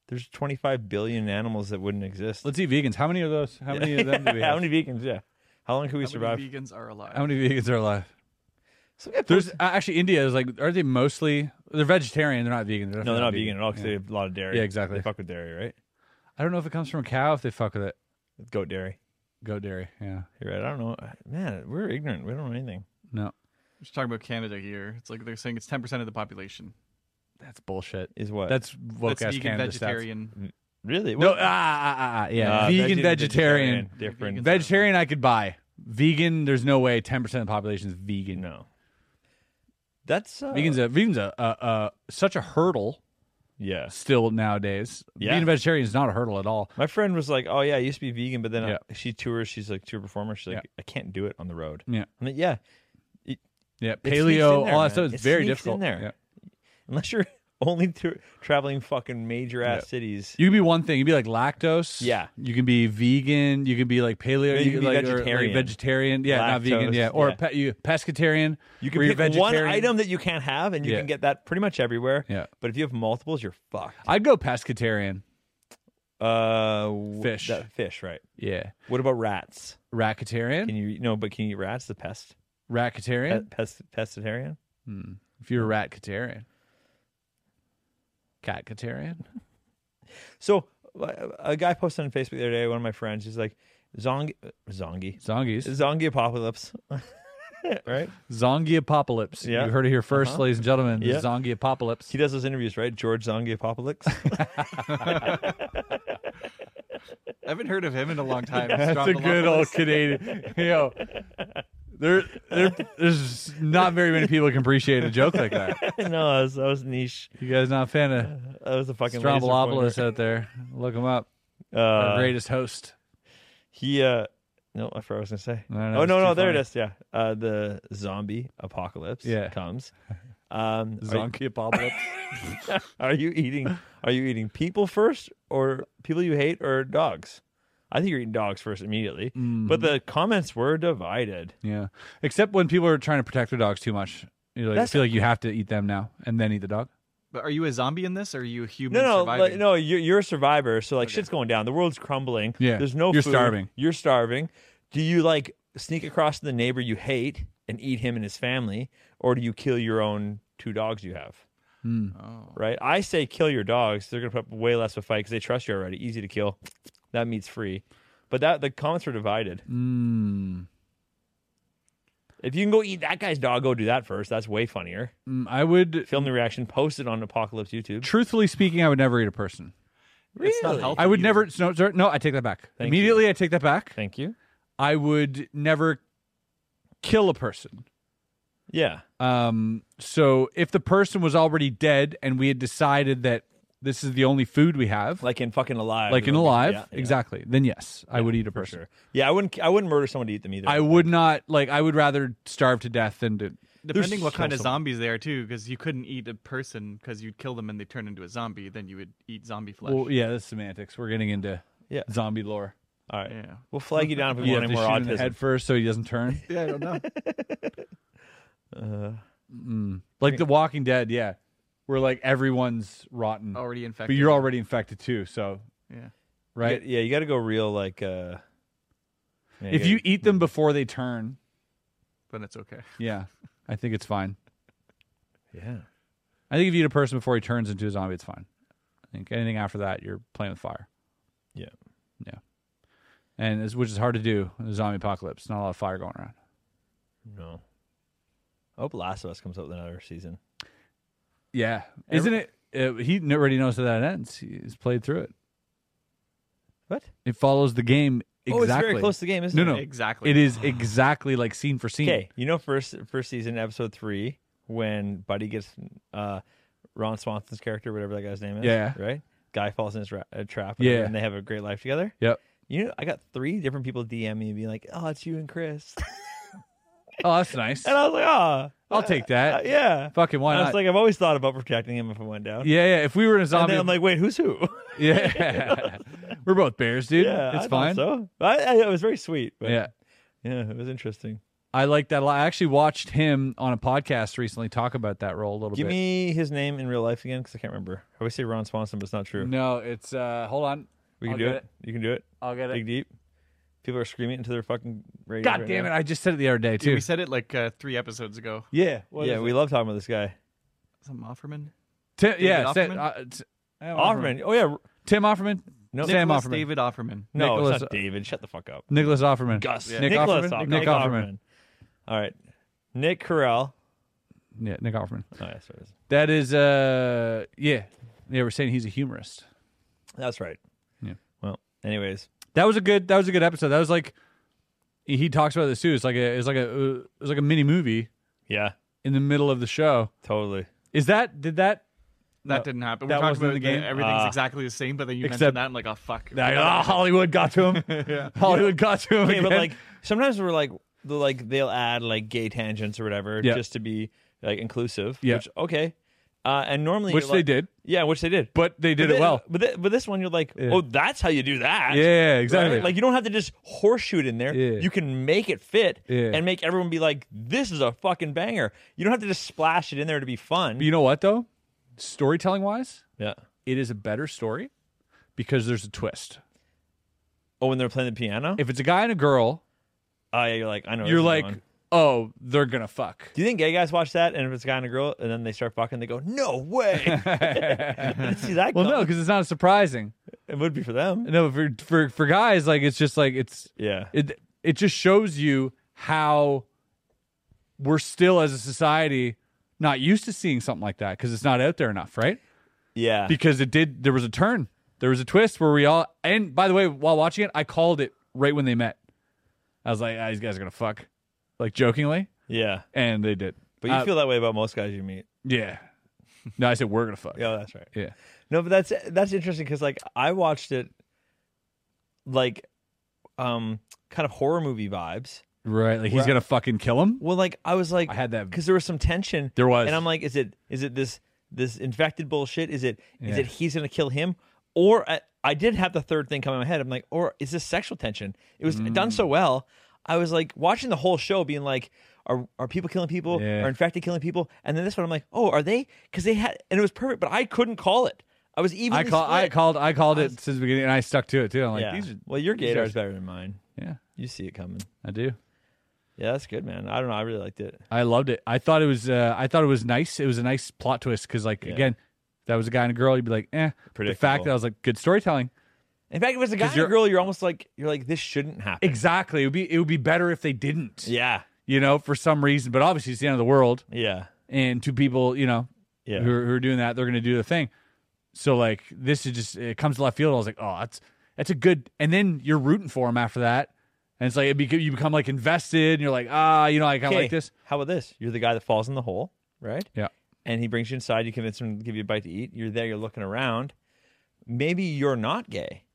[SPEAKER 3] there's 25 billion animals that wouldn't exist.
[SPEAKER 5] Let's eat vegans. How many of those? How many of them do we have?
[SPEAKER 3] How many vegans? Yeah. How long can we
[SPEAKER 4] How
[SPEAKER 3] survive?
[SPEAKER 4] many vegans are alive?
[SPEAKER 5] How many vegans are alive?
[SPEAKER 3] Some guy
[SPEAKER 5] There's
[SPEAKER 3] posted-
[SPEAKER 5] uh, actually India is like, are they mostly? They're vegetarian. They're not vegan.
[SPEAKER 3] no,
[SPEAKER 5] definitely
[SPEAKER 3] they're not vegan, at all because
[SPEAKER 5] Yeah.
[SPEAKER 3] they have a lot of dairy.
[SPEAKER 5] Yeah, exactly.
[SPEAKER 3] They fuck with dairy, right?
[SPEAKER 5] I don't know if it comes from a cow. If they fuck with it,
[SPEAKER 3] Goat dairy.
[SPEAKER 5] goat dairy. Yeah.
[SPEAKER 3] You're right. I don't know. Man, we're ignorant. We don't know anything.
[SPEAKER 5] No,
[SPEAKER 4] We're just talking about Canada here. It's like they're saying it's 10% of the population.
[SPEAKER 5] that's bullshit.
[SPEAKER 3] Is what?
[SPEAKER 5] That's woke
[SPEAKER 4] That's
[SPEAKER 5] ass
[SPEAKER 4] vegan,
[SPEAKER 5] Canada stats.
[SPEAKER 4] vegetarian.
[SPEAKER 3] Really?
[SPEAKER 5] No, ah,
[SPEAKER 3] What-
[SPEAKER 5] ah, ah, ah, yeah.
[SPEAKER 3] Ah,
[SPEAKER 5] vegan,
[SPEAKER 3] veggie-
[SPEAKER 5] vegetarian.
[SPEAKER 3] vegetarian, different.
[SPEAKER 5] Vegetarian, I could buy. Vegan, there's no way. Ten percent of the population is vegan.
[SPEAKER 3] no. That's uh,
[SPEAKER 5] Vegan's a vegan's a, a, a such a hurdle
[SPEAKER 3] Yeah.
[SPEAKER 5] still nowadays.
[SPEAKER 3] Yeah.
[SPEAKER 5] Being a vegetarian is not a hurdle at all.
[SPEAKER 3] My friend was like, "Oh yeah, I used to be vegan, but then uh,
[SPEAKER 5] Yeah. Mm.
[SPEAKER 3] she tours. She's like tour performer. She's like, I can't do it on the road.
[SPEAKER 5] Yeah.
[SPEAKER 3] I'm like, yeah,
[SPEAKER 5] Yeah,
[SPEAKER 3] It sneaks
[SPEAKER 5] paleo,
[SPEAKER 3] in there,
[SPEAKER 5] all
[SPEAKER 3] man.
[SPEAKER 5] that stuff is
[SPEAKER 3] It
[SPEAKER 5] very
[SPEAKER 3] sneaks in
[SPEAKER 5] difficult.
[SPEAKER 3] there.
[SPEAKER 5] Yeah.
[SPEAKER 3] unless you're only tour- traveling fucking major ass cities.
[SPEAKER 5] You can be one thing. You can be like lactose.
[SPEAKER 3] Yeah.
[SPEAKER 5] You can be vegan. You can be like paleo.
[SPEAKER 3] Yeah, you can be
[SPEAKER 5] like, or, like,
[SPEAKER 3] vegetarian.
[SPEAKER 5] vegetarian. Yeah, not vegan.
[SPEAKER 3] Lactose,
[SPEAKER 5] Yeah, or
[SPEAKER 3] yeah.
[SPEAKER 5] Pe- you pescatarian.
[SPEAKER 3] You can
[SPEAKER 5] where you're
[SPEAKER 3] pick one
[SPEAKER 5] vegetarian.
[SPEAKER 3] item that you can't have, and you
[SPEAKER 5] Yeah.
[SPEAKER 3] can get that pretty much everywhere.
[SPEAKER 5] Yeah.
[SPEAKER 3] But if you have multiples, you're fucked.
[SPEAKER 5] I'd go pescatarian.
[SPEAKER 3] Uh, w-
[SPEAKER 5] Fish.
[SPEAKER 3] that- fish, right?
[SPEAKER 5] Yeah,
[SPEAKER 3] What about rats?
[SPEAKER 5] racatarian.
[SPEAKER 3] Can you eat- no? But can you eat rats? The pest,
[SPEAKER 5] Racatarian.
[SPEAKER 3] Pe- pest, pescatarian.
[SPEAKER 5] if you're
[SPEAKER 3] uh,
[SPEAKER 5] a ratcatarian, catcatarian.
[SPEAKER 3] So uh, a guy posted on Facebook the other day. One of my friends, he's like, "Zongi, zongi,
[SPEAKER 5] Zongies.
[SPEAKER 3] zongi apocalypse." right?
[SPEAKER 5] Zongi apocalypse.
[SPEAKER 3] Yeah.
[SPEAKER 5] You heard it here 1st
[SPEAKER 3] Uh-huh.
[SPEAKER 5] ladies and gentlemen.
[SPEAKER 3] Yeah.
[SPEAKER 5] Zongi apocalypse.
[SPEAKER 3] He does those interviews, right? George Zongi apocalypse.
[SPEAKER 4] I haven't heard of him in a long time. He's
[SPEAKER 5] That's
[SPEAKER 4] dropped
[SPEAKER 5] a
[SPEAKER 4] lot
[SPEAKER 5] good
[SPEAKER 4] of
[SPEAKER 5] old
[SPEAKER 4] this.
[SPEAKER 5] Canadian. You know, there, there, there's not very many people can appreciate a joke like that.
[SPEAKER 3] no, that was, that was niche.
[SPEAKER 5] You guys not a fan of
[SPEAKER 3] That was a fucking laser
[SPEAKER 5] Strombolopoulos
[SPEAKER 3] pointer.
[SPEAKER 5] out there? Look him up. Our
[SPEAKER 3] Uh,
[SPEAKER 5] greatest host.
[SPEAKER 3] he, uh, no, I forgot what I was gonna say.
[SPEAKER 5] No, no,
[SPEAKER 3] oh
[SPEAKER 5] it's
[SPEAKER 3] no,
[SPEAKER 5] too
[SPEAKER 3] no, there it
[SPEAKER 5] funny.
[SPEAKER 3] is. Yeah, uh, the zombie apocalypse
[SPEAKER 5] Yeah.
[SPEAKER 3] comes. Um, are, you-
[SPEAKER 5] Zonky apocalypse.
[SPEAKER 3] are you eating? Are you eating people first, or people you hate, or dogs? I think you're eating dogs first immediately.
[SPEAKER 5] Mm-hmm.
[SPEAKER 3] But the comments were divided.
[SPEAKER 5] yeah. Except when people are trying to protect their dogs too much. You like,
[SPEAKER 3] That's-
[SPEAKER 5] feel like you have to eat them now and then eat the dog.
[SPEAKER 4] But are you a zombie in this? Or are you a human?
[SPEAKER 3] No, no, like,
[SPEAKER 4] surviving?
[SPEAKER 3] no. You're, you're a survivor, so like shit's going down. The world's crumbling.
[SPEAKER 5] Yeah.
[SPEAKER 3] there's no.
[SPEAKER 5] You're
[SPEAKER 3] food.
[SPEAKER 5] starving.
[SPEAKER 3] You're starving. Do you like sneak across to the neighbor you hate and eat him and his family, or do you kill your own two dogs you have?
[SPEAKER 5] Hmm.
[SPEAKER 4] Oh.
[SPEAKER 3] Right. I say kill your dogs. They're gonna put up way less of a fight because they trust you already. Easy to kill. That meat's free. But that the comments are divided.
[SPEAKER 5] Mm.
[SPEAKER 3] If you can go eat that guy's dog, go do that first. That's way funnier.
[SPEAKER 5] Mm, I would,
[SPEAKER 3] Film the reaction, post it on Apocalypse YouTube.
[SPEAKER 5] truthfully speaking, I would never eat a person.
[SPEAKER 4] It's not healthy.
[SPEAKER 5] I would
[SPEAKER 4] either.
[SPEAKER 5] never. No, sorry, no, I take that back.
[SPEAKER 3] Thank
[SPEAKER 5] Immediately, I take that back.
[SPEAKER 3] Thank you.
[SPEAKER 5] I would never kill a person.
[SPEAKER 3] Yeah.
[SPEAKER 5] Um, so if the person was already dead and we had decided that this is the only food we have, like,
[SPEAKER 3] Like in fucking alive.
[SPEAKER 5] in alive,
[SPEAKER 3] Yeah, yeah.
[SPEAKER 5] exactly, then yes, I would eat a
[SPEAKER 3] For
[SPEAKER 5] person.
[SPEAKER 3] sure. Yeah, I wouldn't. I wouldn't murder someone to eat them either.
[SPEAKER 5] I would not like. I would rather starve to death than to.
[SPEAKER 4] Depending what
[SPEAKER 3] so-
[SPEAKER 4] kind of
[SPEAKER 3] so-
[SPEAKER 4] zombies they are too, because you couldn't eat a person because you'd kill them and they turn into a zombie. Then you would eat zombie flesh.
[SPEAKER 5] Well, yeah, that's semantics. We're getting into
[SPEAKER 3] Yeah.
[SPEAKER 5] zombie lore.
[SPEAKER 3] All right.
[SPEAKER 4] Yeah.
[SPEAKER 3] We'll flag you down if we
[SPEAKER 5] You
[SPEAKER 3] want
[SPEAKER 5] have
[SPEAKER 3] any
[SPEAKER 5] to
[SPEAKER 3] more
[SPEAKER 5] shoot him in the
[SPEAKER 3] autism.
[SPEAKER 5] head first so he doesn't turn. Uh,
[SPEAKER 4] yeah, I don't know.
[SPEAKER 5] mm. like The Walking Dead, yeah, where like everyone's rotten,
[SPEAKER 4] Already infected.
[SPEAKER 5] but you're already infected too. So
[SPEAKER 4] yeah.
[SPEAKER 3] You
[SPEAKER 5] right,
[SPEAKER 3] got- yeah, you got to go real like. uh yeah,
[SPEAKER 5] if
[SPEAKER 3] gotta-
[SPEAKER 5] you eat them before they turn,
[SPEAKER 4] But it's okay.
[SPEAKER 5] yeah, I think it's fine.
[SPEAKER 3] yeah.
[SPEAKER 5] I think if you eat a person before he turns into a zombie, it's fine. I think anything after that, you're playing with fire.
[SPEAKER 3] Yeah.
[SPEAKER 5] Yeah. And it's, which is hard to do in the zombie apocalypse. Not a lot of fire going around.
[SPEAKER 3] No. I hope Last of Us comes out with another season.
[SPEAKER 5] Yeah. Isn't it? Uh, he kn- already knows how that ends. He's played through it.
[SPEAKER 3] What?
[SPEAKER 5] It follows the game
[SPEAKER 3] Oh,
[SPEAKER 5] exactly.
[SPEAKER 3] it's very close to the game, isn't
[SPEAKER 5] no,
[SPEAKER 3] it?
[SPEAKER 5] no.
[SPEAKER 4] Exactly.
[SPEAKER 5] It is exactly like scene for scene.
[SPEAKER 3] Okay, you know, first first season, episode three, when Buddy gets uh Ron Swanson's character, whatever that guy's name is.
[SPEAKER 5] Yeah.
[SPEAKER 3] Right. Guy falls in his ra- uh, trap.
[SPEAKER 5] Yeah.
[SPEAKER 3] And they have a great life together.
[SPEAKER 5] Yep.
[SPEAKER 3] You know, I got three different people DM me and be like, "Oh, it's you and Chris,"
[SPEAKER 5] Oh, that's nice.
[SPEAKER 3] and I was like, "Oh,
[SPEAKER 5] I'll take that.
[SPEAKER 3] yeah."
[SPEAKER 5] Fucking why
[SPEAKER 3] I
[SPEAKER 5] not?
[SPEAKER 3] was like, I've always thought about protecting him if I went down.
[SPEAKER 5] yeah, yeah. If we were in a
[SPEAKER 3] and
[SPEAKER 5] zombie,
[SPEAKER 3] then I'm like, wait, who's who?
[SPEAKER 5] yeah, we're both bears, dude.
[SPEAKER 3] yeah, I
[SPEAKER 5] it's
[SPEAKER 3] thought
[SPEAKER 5] fine.
[SPEAKER 3] So I, I, it was very sweet. But
[SPEAKER 5] Yeah.
[SPEAKER 3] yeah, yeah, it was interesting.
[SPEAKER 5] I like that a lot. I actually watched him on a podcast recently talk about that role a little
[SPEAKER 3] Give
[SPEAKER 5] bit.
[SPEAKER 3] me his name in real life again because I can't remember. I always say Ron Swanson, but it's not true.
[SPEAKER 5] no, it's uh hold on.
[SPEAKER 3] we can
[SPEAKER 5] I'll
[SPEAKER 3] do
[SPEAKER 5] get
[SPEAKER 3] it. You can do it.
[SPEAKER 5] I'll get
[SPEAKER 3] Dig deep. People are screaming into their fucking radio.
[SPEAKER 5] God
[SPEAKER 3] right
[SPEAKER 5] damn it,
[SPEAKER 3] now.
[SPEAKER 5] I just said it the other day
[SPEAKER 4] Dude,
[SPEAKER 5] too.
[SPEAKER 4] we said it like uh, three episodes ago.
[SPEAKER 5] yeah.
[SPEAKER 3] yeah, we love talking about this guy,
[SPEAKER 4] Some Offerman.
[SPEAKER 5] Tim, yeah,
[SPEAKER 4] David
[SPEAKER 5] Sam-
[SPEAKER 4] Offerman?
[SPEAKER 5] uh, t- Sam
[SPEAKER 3] Offerman. Oh yeah,
[SPEAKER 5] Tim Offerman?
[SPEAKER 3] No.
[SPEAKER 5] Sam
[SPEAKER 4] Nicholas
[SPEAKER 5] Offerman.
[SPEAKER 4] David Offerman.
[SPEAKER 3] no,
[SPEAKER 5] Nicholas-
[SPEAKER 3] it's not David. Shut the fuck up.
[SPEAKER 5] Nicholas Offerman.
[SPEAKER 3] Gus.
[SPEAKER 5] Nick
[SPEAKER 3] Nicholas
[SPEAKER 5] Offerman. Nick Offerman.
[SPEAKER 3] All right, Nick Carell.
[SPEAKER 5] Yeah, Nick Offerman.
[SPEAKER 3] Oh, yeah, that's what it is.
[SPEAKER 5] That is uh yeah. Yeah, we're saying he's a humorist.
[SPEAKER 3] That's right. Anyways,
[SPEAKER 5] That was a good. That was a good episode. That was like he talks about this too. It's like a. uh, It's like a. It was like a mini movie
[SPEAKER 3] yeah,
[SPEAKER 5] in the middle of the show.
[SPEAKER 3] totally.
[SPEAKER 5] Is that? Did that?
[SPEAKER 4] That didn't happen.
[SPEAKER 5] that
[SPEAKER 4] We're talking
[SPEAKER 5] wasn't
[SPEAKER 4] about
[SPEAKER 5] in the game?
[SPEAKER 4] Everything's
[SPEAKER 3] Ah.
[SPEAKER 4] exactly the same, but then you
[SPEAKER 5] Except-
[SPEAKER 4] mentioned that. I'm like, oh fuck.
[SPEAKER 5] Like, oh, Hollywood got to him. Hollywood got to him.
[SPEAKER 3] Okay, but
[SPEAKER 5] again.
[SPEAKER 3] like sometimes we're like, the- like they'll add like gay tangents or whatever
[SPEAKER 5] Yeah.
[SPEAKER 3] just to be like inclusive.
[SPEAKER 5] Yeah.
[SPEAKER 3] Which, okay. Uh, and normally,
[SPEAKER 5] Which
[SPEAKER 3] you're
[SPEAKER 5] they
[SPEAKER 3] like-
[SPEAKER 5] did.
[SPEAKER 3] Yeah, which they did.
[SPEAKER 5] but they did it
[SPEAKER 3] thi-
[SPEAKER 5] well.
[SPEAKER 3] But thi- but this one, you're like,
[SPEAKER 5] Yeah.
[SPEAKER 3] oh, that's how you do that.
[SPEAKER 5] Yeah, exactly.
[SPEAKER 3] Like you don't have to just horseshoe it in there.
[SPEAKER 5] Yeah.
[SPEAKER 3] You can make it fit
[SPEAKER 5] Yeah.
[SPEAKER 3] and make everyone be like, this is a fucking banger. You don't have to just splash it in there to be fun.
[SPEAKER 5] But you know what though? Storytelling wise,
[SPEAKER 3] yeah.
[SPEAKER 5] it is a better story because there's a twist.
[SPEAKER 3] Oh, when they're playing the piano.
[SPEAKER 5] If it's a guy and a girl,
[SPEAKER 3] oh yeah, you're like, I know. where
[SPEAKER 5] you're
[SPEAKER 3] this is
[SPEAKER 5] like,
[SPEAKER 3] going.
[SPEAKER 5] oh, they're gonna fuck.
[SPEAKER 3] Do you think gay guys watch that? And if it's a guy and a girl, and then they start fucking, they go, "No way!" Didn't see that?
[SPEAKER 5] Well, no,
[SPEAKER 3] coming.
[SPEAKER 5] because it's not surprising.
[SPEAKER 3] it would be for them.
[SPEAKER 5] No, for for for guys, like it's just like it's
[SPEAKER 3] Yeah,
[SPEAKER 5] it it just shows you how we're still as a society not used to seeing something like that because it's not out there enough, right?
[SPEAKER 3] yeah.
[SPEAKER 5] Because it did there was a turn. There was a twist where we all and by the way, while watching it, I called it right when they met. I was like, ah, these guys are gonna fuck. Like jokingly.
[SPEAKER 3] yeah,
[SPEAKER 5] And they did.
[SPEAKER 3] but you
[SPEAKER 5] Uh,
[SPEAKER 3] feel that way about most guys you meet.
[SPEAKER 5] Yeah. No, I said we're gonna fuck. Yeah.
[SPEAKER 3] Yeah, that's right. No, but that's that's interesting because like I watched it, like, um, kind of horror movie vibes.
[SPEAKER 5] Right. Like he's
[SPEAKER 3] Well-
[SPEAKER 5] gonna fucking kill him.
[SPEAKER 3] Well, like I was like,
[SPEAKER 5] I had that-
[SPEAKER 3] because there was some tension.
[SPEAKER 5] There was.
[SPEAKER 3] and I'm like, is it is it this this infected bullshit? Is it is
[SPEAKER 5] Yeah.
[SPEAKER 3] it he's gonna kill him? Or I, I did have the third thing come in my head. I'm like, or is this sexual tension? It was
[SPEAKER 5] Mm.
[SPEAKER 3] done so well. I was like watching the whole show, being like, are are people killing people?
[SPEAKER 5] Yeah.
[SPEAKER 3] Are infected killing people? And then this one, I'm like, oh, are they? Because they had, and it was perfect, but I couldn't call it. I was even.
[SPEAKER 5] I call I called I called it since the beginning and I stuck to it too. I'm like,
[SPEAKER 3] yeah.
[SPEAKER 5] these are
[SPEAKER 3] well, your
[SPEAKER 5] these
[SPEAKER 3] Gator's
[SPEAKER 5] are-
[SPEAKER 3] better than mine.
[SPEAKER 5] Yeah,
[SPEAKER 3] You see it coming.
[SPEAKER 5] I do.
[SPEAKER 3] Yeah, that's good, man. I don't know. I really liked it.
[SPEAKER 5] I loved it. I thought it was. Uh, I thought it was nice. It was a nice plot twist because, like, again, if that was a guy and a girl. You'd be like, eh. But The fact
[SPEAKER 3] Predictable.
[SPEAKER 5] that I was like, good storytelling.
[SPEAKER 3] In fact, if it was a guy
[SPEAKER 5] 'Cause
[SPEAKER 3] or a
[SPEAKER 5] you're-
[SPEAKER 3] girl, you're almost like you're like this shouldn't happen.
[SPEAKER 5] Exactly. It would be. It would be better if they didn't.
[SPEAKER 3] Yeah,
[SPEAKER 5] You know, for some reason. But obviously, it's the end of the world,
[SPEAKER 3] yeah,
[SPEAKER 5] and two people, you know,
[SPEAKER 3] yeah.
[SPEAKER 5] who, are, who are doing that, they're going to do the thing. So like, this is just it comes to left field. I was like, oh, that's that's a good. And then you're rooting for him after that, and it's like it beca- you become like invested, and you're like, ah, you know, I kind of
[SPEAKER 3] Okay,
[SPEAKER 5] like this.
[SPEAKER 3] How about this? You're the guy that falls in the hole, right?
[SPEAKER 5] Yeah.
[SPEAKER 3] And he brings you inside. You convince him to give you a bite to eat. You're there. You're looking around. Maybe you're not gay,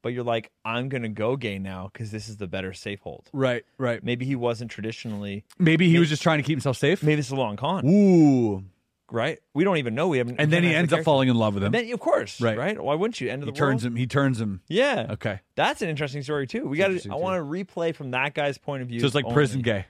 [SPEAKER 3] but you're like, I'm gonna go gay now because this is the better safe hold.
[SPEAKER 5] Right. Right.
[SPEAKER 3] Maybe he wasn't traditionally.
[SPEAKER 5] Maybe he was just trying to keep himself safe.
[SPEAKER 3] Maybe this is a long con,
[SPEAKER 5] Ooh.
[SPEAKER 3] right? We don't even know. We haven't.
[SPEAKER 5] and then he
[SPEAKER 3] haven't
[SPEAKER 5] ends
[SPEAKER 3] asked
[SPEAKER 5] up
[SPEAKER 3] the
[SPEAKER 5] falling in love with him.
[SPEAKER 3] character. Then of course, right?
[SPEAKER 5] Right.
[SPEAKER 3] Right? Why wouldn't you? End of
[SPEAKER 5] he
[SPEAKER 3] the
[SPEAKER 5] turns
[SPEAKER 3] world.
[SPEAKER 5] him. He turns him.
[SPEAKER 3] Yeah.
[SPEAKER 5] Okay,
[SPEAKER 3] That's an interesting story too. We got to.
[SPEAKER 5] interesting,
[SPEAKER 3] I
[SPEAKER 5] too.
[SPEAKER 3] want to replay from that guy's point of view.
[SPEAKER 5] so it's like prison
[SPEAKER 3] only.
[SPEAKER 5] gay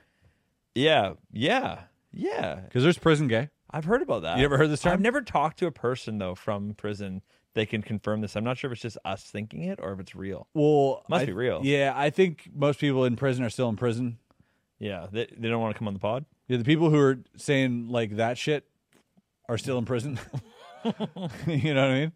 [SPEAKER 3] Yeah. Yeah. Yeah.
[SPEAKER 5] because there's prison gay.
[SPEAKER 3] I've heard about that.
[SPEAKER 5] You ever heard this term?
[SPEAKER 3] I've never talked to a person though from prison that can confirm this. I'm not sure if it's just us thinking it or if it's real.
[SPEAKER 5] Well,
[SPEAKER 3] Must I- be real.
[SPEAKER 5] Yeah, I think most people in prison are still in prison.
[SPEAKER 3] Yeah, they, they don't want to come on the pod.
[SPEAKER 5] Yeah, the people who are saying like that shit are still in prison. you know what I mean?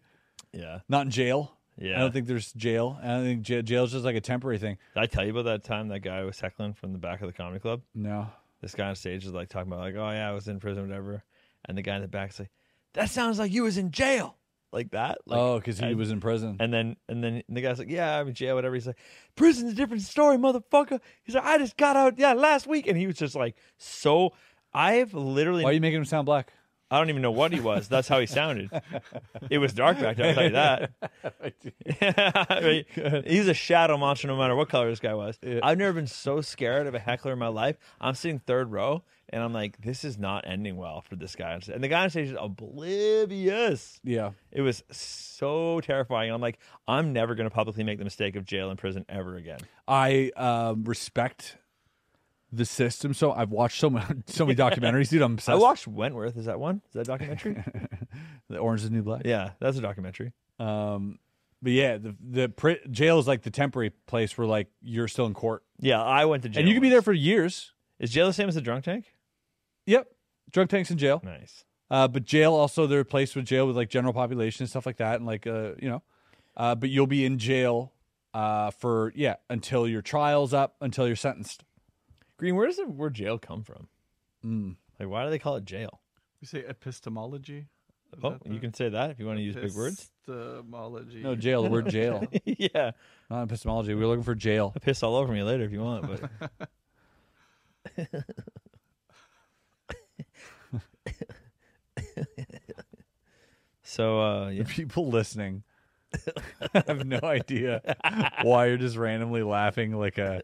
[SPEAKER 3] Yeah,
[SPEAKER 5] Not in jail.
[SPEAKER 3] Yeah.
[SPEAKER 5] I don't think there's jail. I don't think jail, jail's just like a temporary thing.
[SPEAKER 3] did I tell you about that time that guy was heckling from the back of the comedy club?
[SPEAKER 5] No.
[SPEAKER 3] This guy on stage is like talking about like, oh yeah, I was in prison, whatever. And the guy in the back's like, that sounds like you was in jail, like that. Like,
[SPEAKER 5] oh, because he
[SPEAKER 3] and-
[SPEAKER 5] was in prison.
[SPEAKER 3] And then and then the guy's like, yeah, I'm in jail, whatever. He's like, prison's a different story, motherfucker. He's like, I just got out, yeah, last week. And he was just like, so. I've literally
[SPEAKER 5] Why are you making him sound black?
[SPEAKER 3] I don't even know what he was. That's how he sounded. it was dark back there. I'll tell you that. I mean, he's a shadow monster, no matter what color this guy was. I've never been so scared of a heckler in my life. I'm sitting third row, and I'm like, this is not ending well for this guy. on stage. And the guy on stage is oblivious.
[SPEAKER 5] Yeah.
[SPEAKER 3] It was so terrifying. I'm like, I'm never going to publicly make the mistake of jail and prison ever again.
[SPEAKER 5] I um, respect the system. So I've watched so many, so many documentaries, dude. I'm
[SPEAKER 3] I
[SPEAKER 5] obsessed.
[SPEAKER 3] watched Wentworth. Is that one? Is that a documentary?
[SPEAKER 5] the Orange is the New Black.
[SPEAKER 3] yeah, that's a documentary.
[SPEAKER 5] Um, but yeah, the the pri- jail is like the temporary place where like you're still in court,
[SPEAKER 3] Yeah, I went to jail.
[SPEAKER 5] and you can be
[SPEAKER 3] once.
[SPEAKER 5] there for years.
[SPEAKER 3] Is jail the same as the drunk tank?
[SPEAKER 5] Yep, drug tanks in jail.
[SPEAKER 3] Nice.
[SPEAKER 5] Uh, but jail also they're placed with jail with like general population and stuff like that, and like uh, you know, uh, but you'll be in jail uh for yeah until your trial's up until you're sentenced.
[SPEAKER 3] Green, where does the word jail come from?
[SPEAKER 5] Mm.
[SPEAKER 3] Like, why do they call it jail?
[SPEAKER 4] You say epistemology?
[SPEAKER 3] Oh, you can say that if you want to use big words.
[SPEAKER 4] Epistemology.
[SPEAKER 5] No jail. The word jail.
[SPEAKER 3] yeah,
[SPEAKER 5] Not epistemology. We were looking for jail.
[SPEAKER 3] piss all over me later if you want, but So uh yeah.
[SPEAKER 5] The people listening have no idea why you're just randomly laughing like a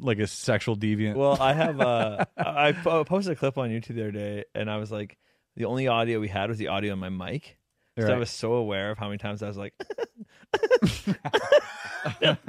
[SPEAKER 5] like a sexual deviant.
[SPEAKER 3] Well, I have uh I I po- posted a clip on YouTube the other day and I was like the only audio we had was the audio on my mic. So I
[SPEAKER 5] Right.
[SPEAKER 3] was so aware of how many times I was like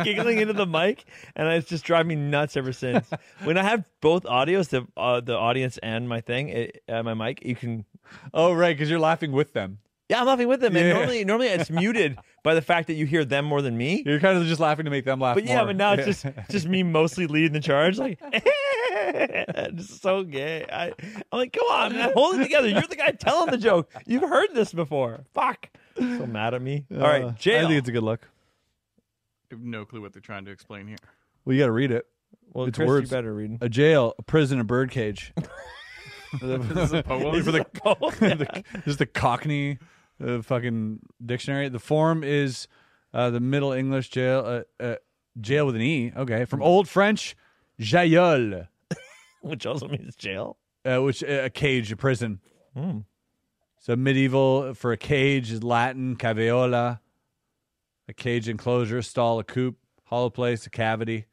[SPEAKER 3] giggling into the mic and it's just driving me nuts ever since. When I have both audios, the uh, the audience and my thing, it, uh, my mic, you can
[SPEAKER 5] oh right, because you're laughing with them.
[SPEAKER 3] Yeah, I'm laughing with them. And
[SPEAKER 5] Yeah.
[SPEAKER 3] normally, normally it's muted by the fact that you hear them more than me.
[SPEAKER 5] You're kind of just laughing to make them laugh.
[SPEAKER 3] But yeah,
[SPEAKER 5] more.
[SPEAKER 3] but now it's just just me mostly leading the charge. Like, it's so gay. I, I'm like, come on, man, hold it together. You're the guy telling the joke. You've heard this before. Fuck. So mad at me. All
[SPEAKER 5] Uh,
[SPEAKER 3] right, jail.
[SPEAKER 5] I think it's a good look.
[SPEAKER 4] I have no clue what they're trying to explain here.
[SPEAKER 5] Well, you got to read it.
[SPEAKER 3] well,
[SPEAKER 5] it's
[SPEAKER 3] Chris,
[SPEAKER 5] words.
[SPEAKER 3] You better read.
[SPEAKER 5] A jail, a prison, a birdcage.
[SPEAKER 4] This is a poem.
[SPEAKER 5] for the,
[SPEAKER 3] Oh,
[SPEAKER 5] the just the Cockney uh, fucking dictionary. The form is uh, the Middle English jail uh, uh, jail with an e. Okay, from Old French jailleul,
[SPEAKER 3] which also means jail.
[SPEAKER 5] uh, which uh, a cage, a prison.
[SPEAKER 3] Hmm.
[SPEAKER 5] So medieval for a cage is Latin caveola, a cage enclosure, stall, a coop, hollow place, a cavity.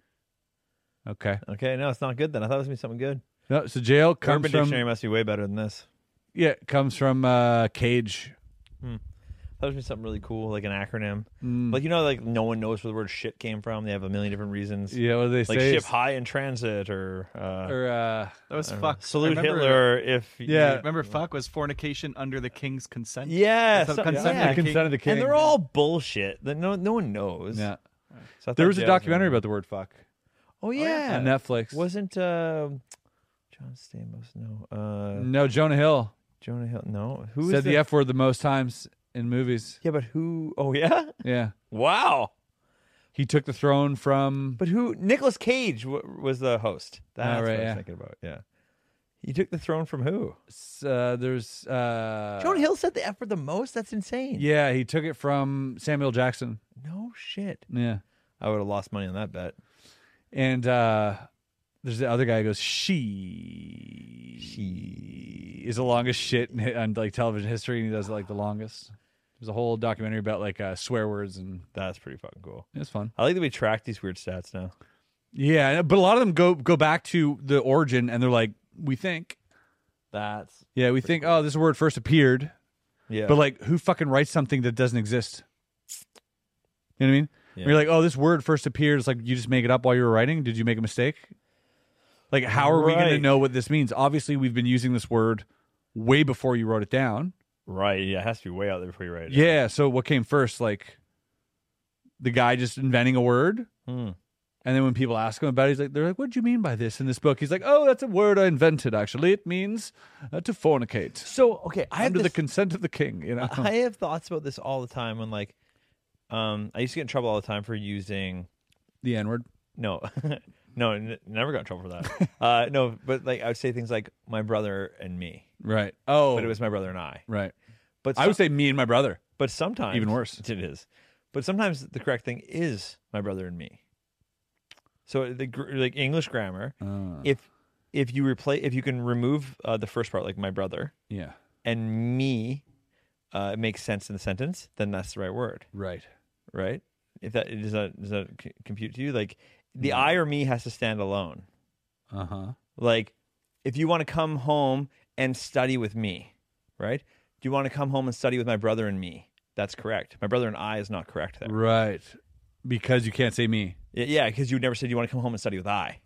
[SPEAKER 5] Okay,
[SPEAKER 3] Okay, no, it's not good then. I thought it was gonna be something good.
[SPEAKER 5] no, so jail comes
[SPEAKER 3] Urban
[SPEAKER 5] from
[SPEAKER 3] Dictionary must be way better than this.
[SPEAKER 5] yeah comes from uh, cage.
[SPEAKER 3] That would be something really cool, like an acronym.
[SPEAKER 5] Mm.
[SPEAKER 3] Like you know, like no one knows where the word shit came from. They have a million different reasons.
[SPEAKER 5] Yeah, what do they
[SPEAKER 3] like
[SPEAKER 5] say?
[SPEAKER 3] ship high in transit or, uh,
[SPEAKER 5] or uh,
[SPEAKER 4] That was fuck. I
[SPEAKER 3] salute
[SPEAKER 4] remember-
[SPEAKER 3] Hitler if you-
[SPEAKER 5] Yeah.
[SPEAKER 4] Remember, fuck was fornication under the king's consent.
[SPEAKER 3] yeah,
[SPEAKER 4] So
[SPEAKER 3] some-
[SPEAKER 4] consent
[SPEAKER 3] yeah.
[SPEAKER 4] of the king.
[SPEAKER 5] consent of the king.
[SPEAKER 3] and they're all bullshit that no no one knows.
[SPEAKER 5] Yeah.
[SPEAKER 3] So I
[SPEAKER 5] There
[SPEAKER 3] thought
[SPEAKER 5] was a
[SPEAKER 3] jazz
[SPEAKER 5] documentary about the word fuck
[SPEAKER 3] Oh yeah,
[SPEAKER 5] on Netflix.
[SPEAKER 3] Wasn't uh, John Stamos? No, uh,
[SPEAKER 5] no, Jonah Hill
[SPEAKER 3] Jonah Hill. No, who
[SPEAKER 5] said
[SPEAKER 3] is
[SPEAKER 5] the, F word the most times in movies.
[SPEAKER 3] yeah, but who? Oh yeah,
[SPEAKER 5] Yeah.
[SPEAKER 3] wow.
[SPEAKER 5] He took the throne from
[SPEAKER 3] But who? Nicholas Cage w- was the host. That's
[SPEAKER 5] Ah, right,
[SPEAKER 3] what I was
[SPEAKER 5] yeah.
[SPEAKER 3] thinking about. Yeah, he took the throne from who?
[SPEAKER 5] uh, there's uh
[SPEAKER 3] Jonah Hill said the F word the most. That's insane.
[SPEAKER 5] Yeah, he took it from Samuel Jackson.
[SPEAKER 3] No shit.
[SPEAKER 5] Yeah.
[SPEAKER 3] I would have lost money on that bet.
[SPEAKER 5] And uh there's the other guy who goes she
[SPEAKER 3] She.
[SPEAKER 5] is the longest shit in, on like television history and he does it like the longest. There's a whole documentary about like uh, swear words and
[SPEAKER 3] That's pretty fucking cool.
[SPEAKER 5] it's fun.
[SPEAKER 3] I like that we track these weird stats now.
[SPEAKER 5] Yeah, and- but a lot of them go go back to the origin and they're like we think
[SPEAKER 3] That's
[SPEAKER 5] Yeah, we think, oh, this word first appeared,
[SPEAKER 3] yeah.
[SPEAKER 5] but like, who fucking writes something that doesn't exist? You know what I mean?
[SPEAKER 3] Yeah.
[SPEAKER 5] When You're like, oh, this word first appeared. It's like you just make it up while you were writing. Did you make a mistake? Like, how are we going to
[SPEAKER 3] Right.
[SPEAKER 5] know what this means? Obviously, we've been using this word way before you wrote it down.
[SPEAKER 3] right. Yeah, it has to be way out there before you write it.
[SPEAKER 5] Yeah. So, what came first? Like, the guy just inventing a word.
[SPEAKER 3] Hmm.
[SPEAKER 5] And then when people ask him about it, he's like, they're like, what do you mean by this in this book? He's like, oh, that's a word I invented, actually. It means uh, to fornicate
[SPEAKER 3] So okay, I have
[SPEAKER 5] under the uh-huh.
[SPEAKER 3] this,
[SPEAKER 5] consent of the king, you know?
[SPEAKER 3] I have thoughts about this all the time. When like, um, I used to get in trouble all the time for using
[SPEAKER 5] the N word.
[SPEAKER 3] no, no, n- never got in trouble for that. uh, no, but like I would say things like my brother and me,
[SPEAKER 5] Right. Oh,
[SPEAKER 3] but it was my brother and I.
[SPEAKER 5] right.
[SPEAKER 3] But
[SPEAKER 5] I would say me and my brother.
[SPEAKER 3] But sometimes
[SPEAKER 5] Even worse.
[SPEAKER 3] It is. But sometimes the correct thing is my brother and me. So the gr- like English grammar,
[SPEAKER 5] Ah.
[SPEAKER 3] if if you replace if you can remove uh, the first part like my brother
[SPEAKER 5] Yeah.
[SPEAKER 3] and me, uh, it makes sense in the sentence. Then that's the right word,
[SPEAKER 5] Right.
[SPEAKER 3] right? If that does that does that c- compute to you? Like the
[SPEAKER 5] Hmm.
[SPEAKER 3] I or me has to stand alone.
[SPEAKER 5] Uh huh.
[SPEAKER 3] Like if you want to come home and study with me, right? Do you want to come home and study with my brother and me? That's correct. My brother and I is not correct there.
[SPEAKER 5] Right. Because you can't say me.
[SPEAKER 3] Y- Yeah, because you never said you want to come home and study with I.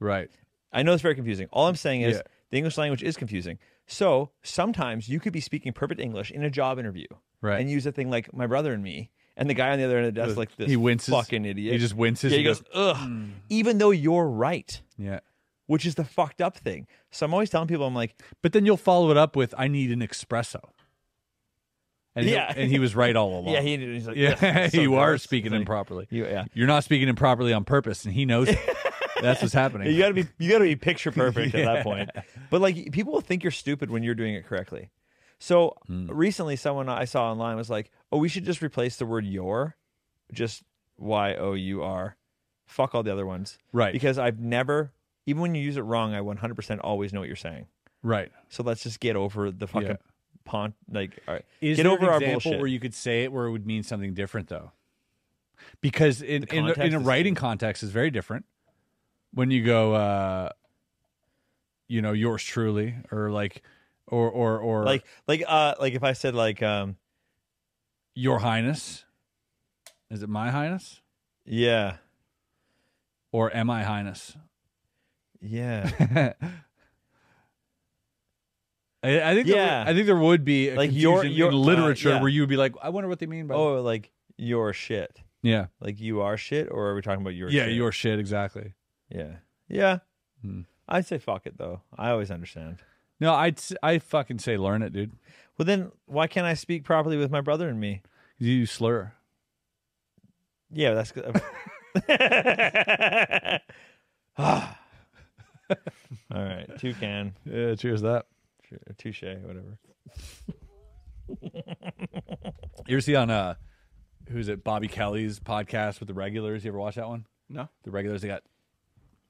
[SPEAKER 5] Right.
[SPEAKER 3] I know it's very confusing. All I'm saying is
[SPEAKER 5] Yeah.
[SPEAKER 3] the English language is confusing. So sometimes you could be speaking perfect English in a job interview,
[SPEAKER 5] Right.
[SPEAKER 3] And use a thing like my brother and me, and the guy on the other end of the desk like this.
[SPEAKER 5] Uh, He winces.
[SPEAKER 3] Fucking idiot.
[SPEAKER 5] He just winces.
[SPEAKER 3] Yeah, he
[SPEAKER 5] He
[SPEAKER 3] goes,
[SPEAKER 5] goes, "Hmm."
[SPEAKER 3] ugh. Even though you're right,
[SPEAKER 5] Yeah.
[SPEAKER 3] which is the fucked up thing. So I'm always telling people, I'm like,
[SPEAKER 5] But then you'll follow it up with, I need an espresso. And
[SPEAKER 3] Yeah.
[SPEAKER 5] He, and he was right all along.
[SPEAKER 3] yeah, he, he's like, "Ugh,
[SPEAKER 5] Yeah.
[SPEAKER 3] it's so
[SPEAKER 5] you are
[SPEAKER 3] gross."
[SPEAKER 5] speaking
[SPEAKER 3] It's like,
[SPEAKER 5] improperly.
[SPEAKER 3] You, yeah.
[SPEAKER 5] You're not speaking improperly on purpose, and he knows it. That's what's happening.
[SPEAKER 3] You gotta be you gotta be picture perfect at that point. But like people will think you're stupid when you're doing it correctly. So recently, someone I saw online was like, "Oh, we should just replace the word your, just y o u r, fuck all the other ones,
[SPEAKER 5] Right.
[SPEAKER 3] Because I've never, even when you use it wrong, I 100% always know what you're saying.
[SPEAKER 5] Right.
[SPEAKER 3] So let's just get over the fucking
[SPEAKER 5] Yeah.
[SPEAKER 3] pont. Like, all right,
[SPEAKER 5] Is
[SPEAKER 3] get
[SPEAKER 5] there
[SPEAKER 3] over
[SPEAKER 5] an
[SPEAKER 3] our
[SPEAKER 5] example
[SPEAKER 3] bullshit.
[SPEAKER 5] where you could say it where it would mean something different though? Because in
[SPEAKER 3] The
[SPEAKER 5] in, a- in
[SPEAKER 3] context
[SPEAKER 5] a
[SPEAKER 3] is-
[SPEAKER 5] writing context is very different. When you go, uh, you know, yours truly, or like, or or or
[SPEAKER 3] like, like, uh, like if I said like, um,
[SPEAKER 5] your highness, is it my highness
[SPEAKER 3] yeah,
[SPEAKER 5] or am I highness?
[SPEAKER 3] yeah,
[SPEAKER 5] I,
[SPEAKER 3] Yeah.
[SPEAKER 5] I think there would, I think there would be a
[SPEAKER 3] Like,
[SPEAKER 5] like
[SPEAKER 3] your-
[SPEAKER 5] your,
[SPEAKER 3] your-
[SPEAKER 5] in literature
[SPEAKER 3] uh, yeah.
[SPEAKER 5] where you would be like, I wonder what they mean by
[SPEAKER 3] oh, like your shit,
[SPEAKER 5] yeah
[SPEAKER 3] like you are shit, or are we talking about your?
[SPEAKER 5] yeah
[SPEAKER 3] shit?
[SPEAKER 5] your shit exactly.
[SPEAKER 3] Yeah. Yeah.
[SPEAKER 5] Hmm.
[SPEAKER 3] I'd say fuck it though. I always understand.
[SPEAKER 5] No, I'd s- I fucking say learn it, dude.
[SPEAKER 3] Well then why can't I speak properly with my brother and me?
[SPEAKER 5] You slur.
[SPEAKER 3] Yeah, that's good. Ah. All right, toucan,
[SPEAKER 5] Yeah, cheers to that.
[SPEAKER 3] touche, whatever.
[SPEAKER 5] You ever see on uh, who's it? Bobby Kelly's podcast with the regulars. You ever watch that one?
[SPEAKER 4] No.
[SPEAKER 5] The regulars they got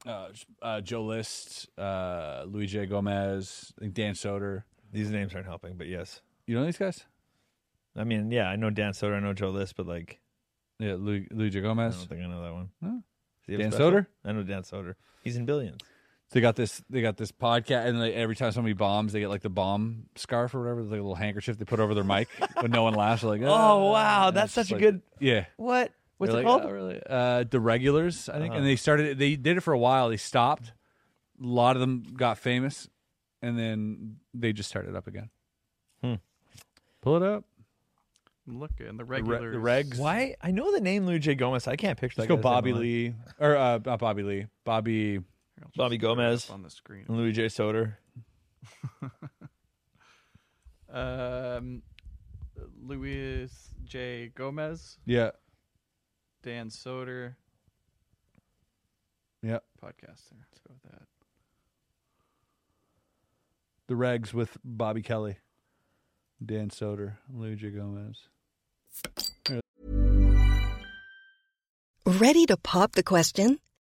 [SPEAKER 5] uh, uh, Joe List, uh, Luis J Gomez, I think Dan Soder.
[SPEAKER 3] These names aren't helping, but yes.
[SPEAKER 5] You know these guys?
[SPEAKER 3] I mean, yeah, I know Dan Soder, I know Joe List, but like,
[SPEAKER 5] Yeah, Lu- Luis J
[SPEAKER 3] I
[SPEAKER 5] Gomez.
[SPEAKER 3] don't think I know that one.
[SPEAKER 5] No.
[SPEAKER 3] Does he have a
[SPEAKER 5] Dan
[SPEAKER 3] special?
[SPEAKER 5] Soder?
[SPEAKER 3] I know Dan Soder. He's in billions.
[SPEAKER 5] They got this. They got this podcast, and like, every time somebody bombs, they get like the bomb scarf or whatever, like a little handkerchief they put over their mic when no one laughs. They're like, "Ah,"
[SPEAKER 3] Oh, wow,
[SPEAKER 5] and
[SPEAKER 3] that's
[SPEAKER 5] it's just
[SPEAKER 3] such a
[SPEAKER 5] like-
[SPEAKER 3] good-
[SPEAKER 5] Yeah.
[SPEAKER 3] What? What's
[SPEAKER 5] They're
[SPEAKER 3] it
[SPEAKER 5] like,
[SPEAKER 3] called?
[SPEAKER 5] "Oh, really?" Uh, the regulars, I think, and they started. They did it for a while. They stopped. A lot of them got famous, and then they just started up again.
[SPEAKER 3] Hmm.
[SPEAKER 5] Pull it up.
[SPEAKER 4] Look, and
[SPEAKER 5] The
[SPEAKER 4] the
[SPEAKER 5] re-
[SPEAKER 4] regulars.
[SPEAKER 5] The regs.
[SPEAKER 3] Why? I know the name Lou J. Gomez. I can't picture
[SPEAKER 5] Let's
[SPEAKER 3] that.
[SPEAKER 5] go,
[SPEAKER 3] guy's name
[SPEAKER 5] Bobby
[SPEAKER 3] online.
[SPEAKER 5] Lee, or uh, not Bobby Lee. Bobby.
[SPEAKER 4] Here, I'll just
[SPEAKER 3] Bobby
[SPEAKER 4] throw it up
[SPEAKER 3] Gomez.
[SPEAKER 4] on the screen.
[SPEAKER 3] And Louis J. Soder.
[SPEAKER 4] Um, Luis J. Gomez,
[SPEAKER 5] Yeah.
[SPEAKER 4] Dan Soder,
[SPEAKER 5] Yeah.
[SPEAKER 4] podcaster. Let's go with that.
[SPEAKER 5] The regs with Bobby Kelly, Dan Soder, Luigi Gomez.
[SPEAKER 1] Ready to pop the question?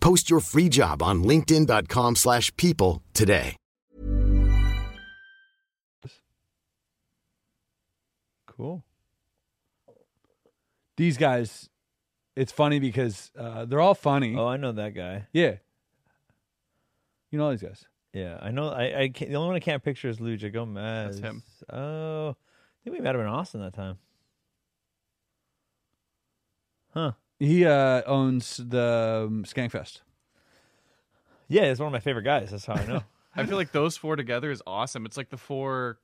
[SPEAKER 7] Post your free job on linkedin.com/people slash people today.
[SPEAKER 5] Cool. These guys, it's funny because uh, they're all funny.
[SPEAKER 3] Oh, I know that guy.
[SPEAKER 5] Yeah. You know all these guys.
[SPEAKER 3] Yeah, I know. I, I can't, the only one I can't picture is Lou J. Gomez.
[SPEAKER 4] him.
[SPEAKER 3] Oh, I think we might have been Austin that time. Huh?
[SPEAKER 5] He uh, owns the um, Skankfest.
[SPEAKER 3] Yeah, he's one of my favorite guys. That's how I know.
[SPEAKER 4] I feel like those four together is awesome. It's like the four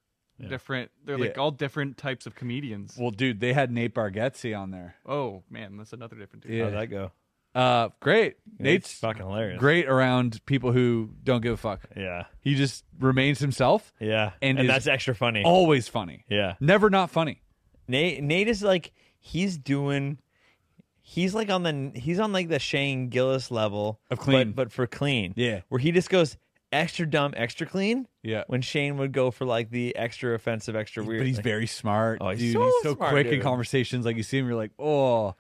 [SPEAKER 4] different. They're like
[SPEAKER 5] Yeah.
[SPEAKER 4] all different types of comedians.
[SPEAKER 5] Well, dude, they had Nate Bargatze on there.
[SPEAKER 4] Oh man, that's another different dude.
[SPEAKER 5] Yeah.
[SPEAKER 3] How'd that go?
[SPEAKER 5] Uh, great.
[SPEAKER 3] Nate's
[SPEAKER 5] Nate's
[SPEAKER 3] fucking hilarious.
[SPEAKER 5] great around people who don't give a fuck.
[SPEAKER 3] Yeah.
[SPEAKER 5] He just remains himself.
[SPEAKER 3] Yeah. And,
[SPEAKER 5] And is-
[SPEAKER 3] that's extra funny.
[SPEAKER 5] Always funny.
[SPEAKER 3] Yeah.
[SPEAKER 5] Never not funny.
[SPEAKER 3] Nate Nate is like he's doing he's like on the he's on like the Shane Gillis level
[SPEAKER 5] Of clean.
[SPEAKER 3] but, but for clean.
[SPEAKER 5] Yeah.
[SPEAKER 3] Where he just goes extra dumb, extra clean.
[SPEAKER 5] Yeah.
[SPEAKER 3] When Shane would go for like the extra offensive, extra weird.
[SPEAKER 5] But he's
[SPEAKER 3] like-
[SPEAKER 5] very smart.
[SPEAKER 3] Oh, he's
[SPEAKER 5] dude.
[SPEAKER 3] so
[SPEAKER 5] he's so
[SPEAKER 3] smart,
[SPEAKER 5] quick in
[SPEAKER 3] dude.
[SPEAKER 5] conversations. Like you see him, you're like, oh.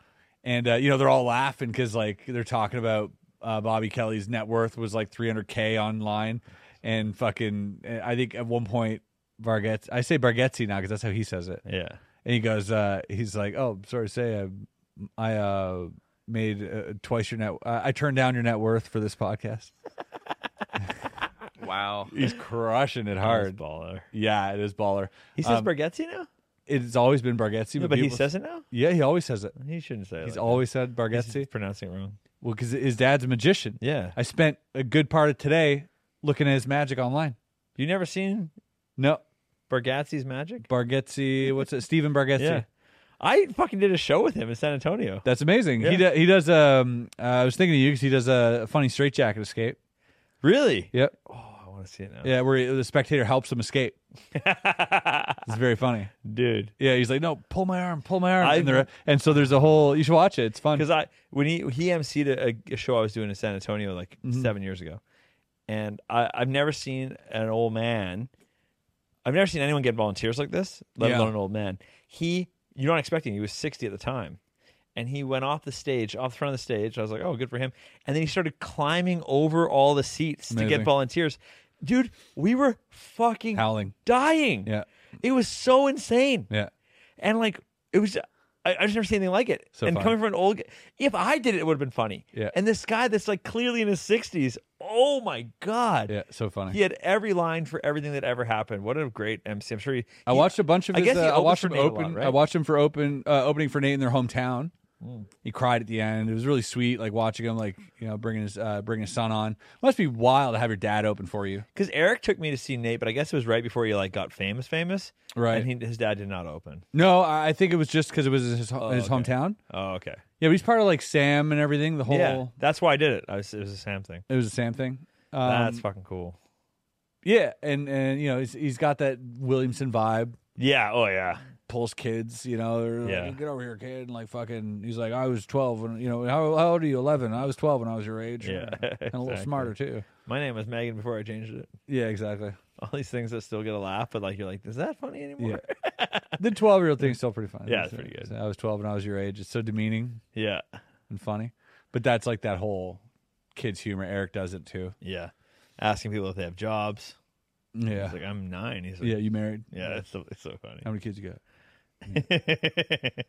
[SPEAKER 5] And uh, you know they're all laughing because like they're talking about uh, Bobby Kelly's net worth was like 300k online, and fucking uh, I think at one point Bargetz I say Bargetzi now because that's how he says it,
[SPEAKER 3] Yeah.
[SPEAKER 5] and he goes uh, he's like, oh sorry to say I, I uh, made uh, twice your net. Uh, I turned down your net worth for this podcast.
[SPEAKER 8] Wow.
[SPEAKER 5] He's crushing it hard.
[SPEAKER 3] baller.
[SPEAKER 5] Yeah, it is baller.
[SPEAKER 3] He says
[SPEAKER 5] Um,
[SPEAKER 3] Bargetti now?
[SPEAKER 5] it's always been Bargetti,
[SPEAKER 3] Yeah, but he
[SPEAKER 5] people-
[SPEAKER 3] says it now?
[SPEAKER 5] Yeah, he always says it.
[SPEAKER 3] He shouldn't say it.
[SPEAKER 5] He's
[SPEAKER 3] like
[SPEAKER 5] always said
[SPEAKER 3] that. He's
[SPEAKER 5] Bargetti.
[SPEAKER 3] just pronouncing it wrong.
[SPEAKER 5] Well, because his dad's a magician.
[SPEAKER 3] Yeah.
[SPEAKER 5] I spent a good part of today looking at his magic online.
[SPEAKER 3] You never seen
[SPEAKER 5] No,
[SPEAKER 3] Bargatze's magic?
[SPEAKER 5] Bargetti. What's it? Stephen Bargetti.
[SPEAKER 3] Yeah. I fucking did a show with him in San Antonio.
[SPEAKER 5] That's amazing. He
[SPEAKER 3] Yeah.
[SPEAKER 5] do, he does. Um, uh, I was thinking of you because he does a funny straitjacket escape.
[SPEAKER 3] Really?
[SPEAKER 5] Yep.
[SPEAKER 3] Oh, I want to see it now.
[SPEAKER 5] Yeah, where he- the spectator helps him escape. It's very funny.
[SPEAKER 3] Dude.
[SPEAKER 5] Yeah, he's like, no, pull my arm, pull my arm,
[SPEAKER 3] I-
[SPEAKER 5] and, there, and so there's a whole. You should watch it. It's fun.
[SPEAKER 3] because I when he he emceed a, a show I was doing in San Antonio like
[SPEAKER 5] Mm-hmm.
[SPEAKER 3] seven years ago, and I, I've never seen an old man. I've never seen anyone get volunteers like this, let
[SPEAKER 5] Yeah.
[SPEAKER 3] alone an old man. He you're not expecting. He was sixty at the time, and he went off the stage, off the front of the stage. I was like, oh, good for him. And then he started climbing over all the seats to
[SPEAKER 5] Amazing.
[SPEAKER 3] get volunteers. Dude, we were fucking
[SPEAKER 5] Howling.
[SPEAKER 3] dying.
[SPEAKER 5] Yeah.
[SPEAKER 3] it was so insane
[SPEAKER 5] Yeah.
[SPEAKER 3] and like it was I, I just never seen anything like it.
[SPEAKER 5] So
[SPEAKER 3] and
[SPEAKER 5] funny.
[SPEAKER 3] coming from an old, g- if I did it, it would have been funny.
[SPEAKER 5] Yeah.
[SPEAKER 3] And this guy that's like clearly in his sixties. Oh my god.
[SPEAKER 5] Yeah. So funny.
[SPEAKER 3] He had every line for everything that ever happened. What a great MC! I'm sure he.
[SPEAKER 5] I
[SPEAKER 3] he-
[SPEAKER 5] watched a bunch of
[SPEAKER 3] I
[SPEAKER 5] his.
[SPEAKER 3] guess he
[SPEAKER 5] uh, I
[SPEAKER 3] opened
[SPEAKER 5] watched
[SPEAKER 3] for
[SPEAKER 5] him
[SPEAKER 3] Nate a lot,
[SPEAKER 5] open. I
[SPEAKER 3] right? Hmm.
[SPEAKER 5] watched him for open uh, opening for Nate in their hometown. He cried at the end. It was really sweet, like watching him, like you know, bringing his uh, bringing his son on. Must be wild to have your dad open for you.
[SPEAKER 3] because Eric took me to see Nate, but I guess it was right before he like got famous, famous.
[SPEAKER 5] Right.
[SPEAKER 3] And he, his dad did not open.
[SPEAKER 5] No, I I think it was just because it was his his hometown.
[SPEAKER 3] Oh, okay.
[SPEAKER 5] Yeah, but he's part of like Sam and everything. The whole
[SPEAKER 3] Yeah, that's why I did it. I was, it was the same thing.
[SPEAKER 5] it was the Sam thing. Um,
[SPEAKER 3] that's fucking cool.
[SPEAKER 5] yeah, and and you know he's, he's got that Williamson vibe.
[SPEAKER 3] Yeah. Oh yeah.
[SPEAKER 5] Pulls kids, you know, they're like,
[SPEAKER 3] Yeah.
[SPEAKER 5] get over here, kid, and like fucking. He's like, I was twelve, when you know, how, how old are you? Eleven. I was twelve when I was your age.
[SPEAKER 3] Yeah,
[SPEAKER 5] and a little
[SPEAKER 3] exactly.
[SPEAKER 5] smarter too.
[SPEAKER 3] My name was Megan before I changed it.
[SPEAKER 5] Yeah, exactly.
[SPEAKER 3] All these things that still get a laugh, but like you're like, is that funny anymore?
[SPEAKER 5] The twelve-year-old thing's still pretty funny.
[SPEAKER 3] Yeah, it's pretty good.
[SPEAKER 5] I was twelve when I was your age. It's so demeaning
[SPEAKER 3] Yeah.
[SPEAKER 5] and funny, but that's like that whole kids humor. Eric does it too.
[SPEAKER 3] Yeah. Asking people if they have jobs.
[SPEAKER 5] Yeah,
[SPEAKER 3] Mm-hmm. He's like, I'm nine. He's like,
[SPEAKER 5] yeah.
[SPEAKER 3] yeah,
[SPEAKER 5] You married?
[SPEAKER 3] yeah it's, so, it's so funny.
[SPEAKER 5] How many kids you got?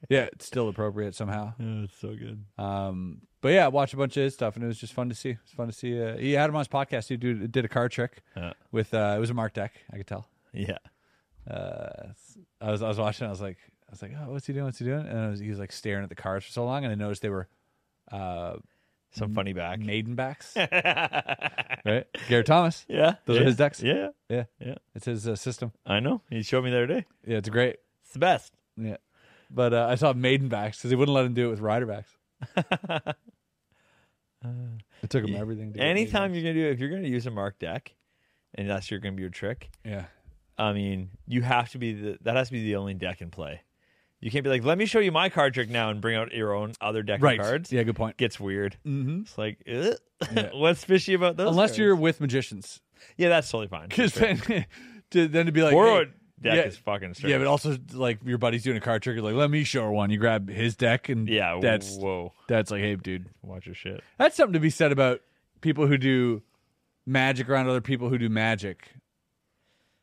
[SPEAKER 5] Yeah, it's still appropriate somehow.
[SPEAKER 3] Oh, it's so good.
[SPEAKER 5] Um, but yeah, I watched a bunch of his stuff, and it was just fun to see. It's fun to see. Uh, he had him on his podcast. He did, did a card trick
[SPEAKER 3] Yeah.
[SPEAKER 5] with uh, it was a Mark deck. I could tell.
[SPEAKER 3] Yeah.
[SPEAKER 5] Uh, I was I was watching. I was like I was like, oh, what's he doing? What's he doing? And I was, he was like staring at the cards for so long, and I noticed they were uh,
[SPEAKER 3] Some funny back.
[SPEAKER 5] maiden backs. right, Garrett Thomas.
[SPEAKER 3] Yeah.
[SPEAKER 5] Those are
[SPEAKER 3] Yeah.
[SPEAKER 5] his decks?
[SPEAKER 3] Yeah.
[SPEAKER 5] Yeah,
[SPEAKER 3] Yeah.
[SPEAKER 5] it's his uh, system.
[SPEAKER 3] I know. He showed me the other day.
[SPEAKER 5] Yeah, it's great.
[SPEAKER 3] It's the best.
[SPEAKER 5] Yeah, but uh, I saw maiden backs because they wouldn't let him do it with rider backs. it took him everything. To get maiden
[SPEAKER 3] Anytime you're going to do it, if you're going to use a mark deck, and that's your going to be your trick,
[SPEAKER 5] backs. yeah.
[SPEAKER 3] I mean, you have to be the, that has to be the only deck in play. You can't be like, let me show you my card trick now and bring out your own other deck
[SPEAKER 5] right.
[SPEAKER 3] of cards.
[SPEAKER 5] Yeah, good point.
[SPEAKER 3] Gets weird.
[SPEAKER 5] Mhm.
[SPEAKER 3] It's like, "Ugh."
[SPEAKER 5] Yeah.
[SPEAKER 3] what's fishy about those?
[SPEAKER 5] Unless
[SPEAKER 3] cards?
[SPEAKER 5] you're with magicians,
[SPEAKER 3] yeah, that's totally fine.
[SPEAKER 5] because then, to, then to be like,
[SPEAKER 3] Borrowed
[SPEAKER 5] hey,
[SPEAKER 3] deck
[SPEAKER 5] yeah,
[SPEAKER 3] is fucking strange.
[SPEAKER 5] yeah, but also like your buddy's doing a card trick, you're like let me show her one. You grab his deck, and
[SPEAKER 3] Yeah,
[SPEAKER 5] that's
[SPEAKER 3] whoa.
[SPEAKER 5] that's like, hey, dude,
[SPEAKER 3] Watch your shit.
[SPEAKER 5] that's something to be said about people who do magic around other people who do magic.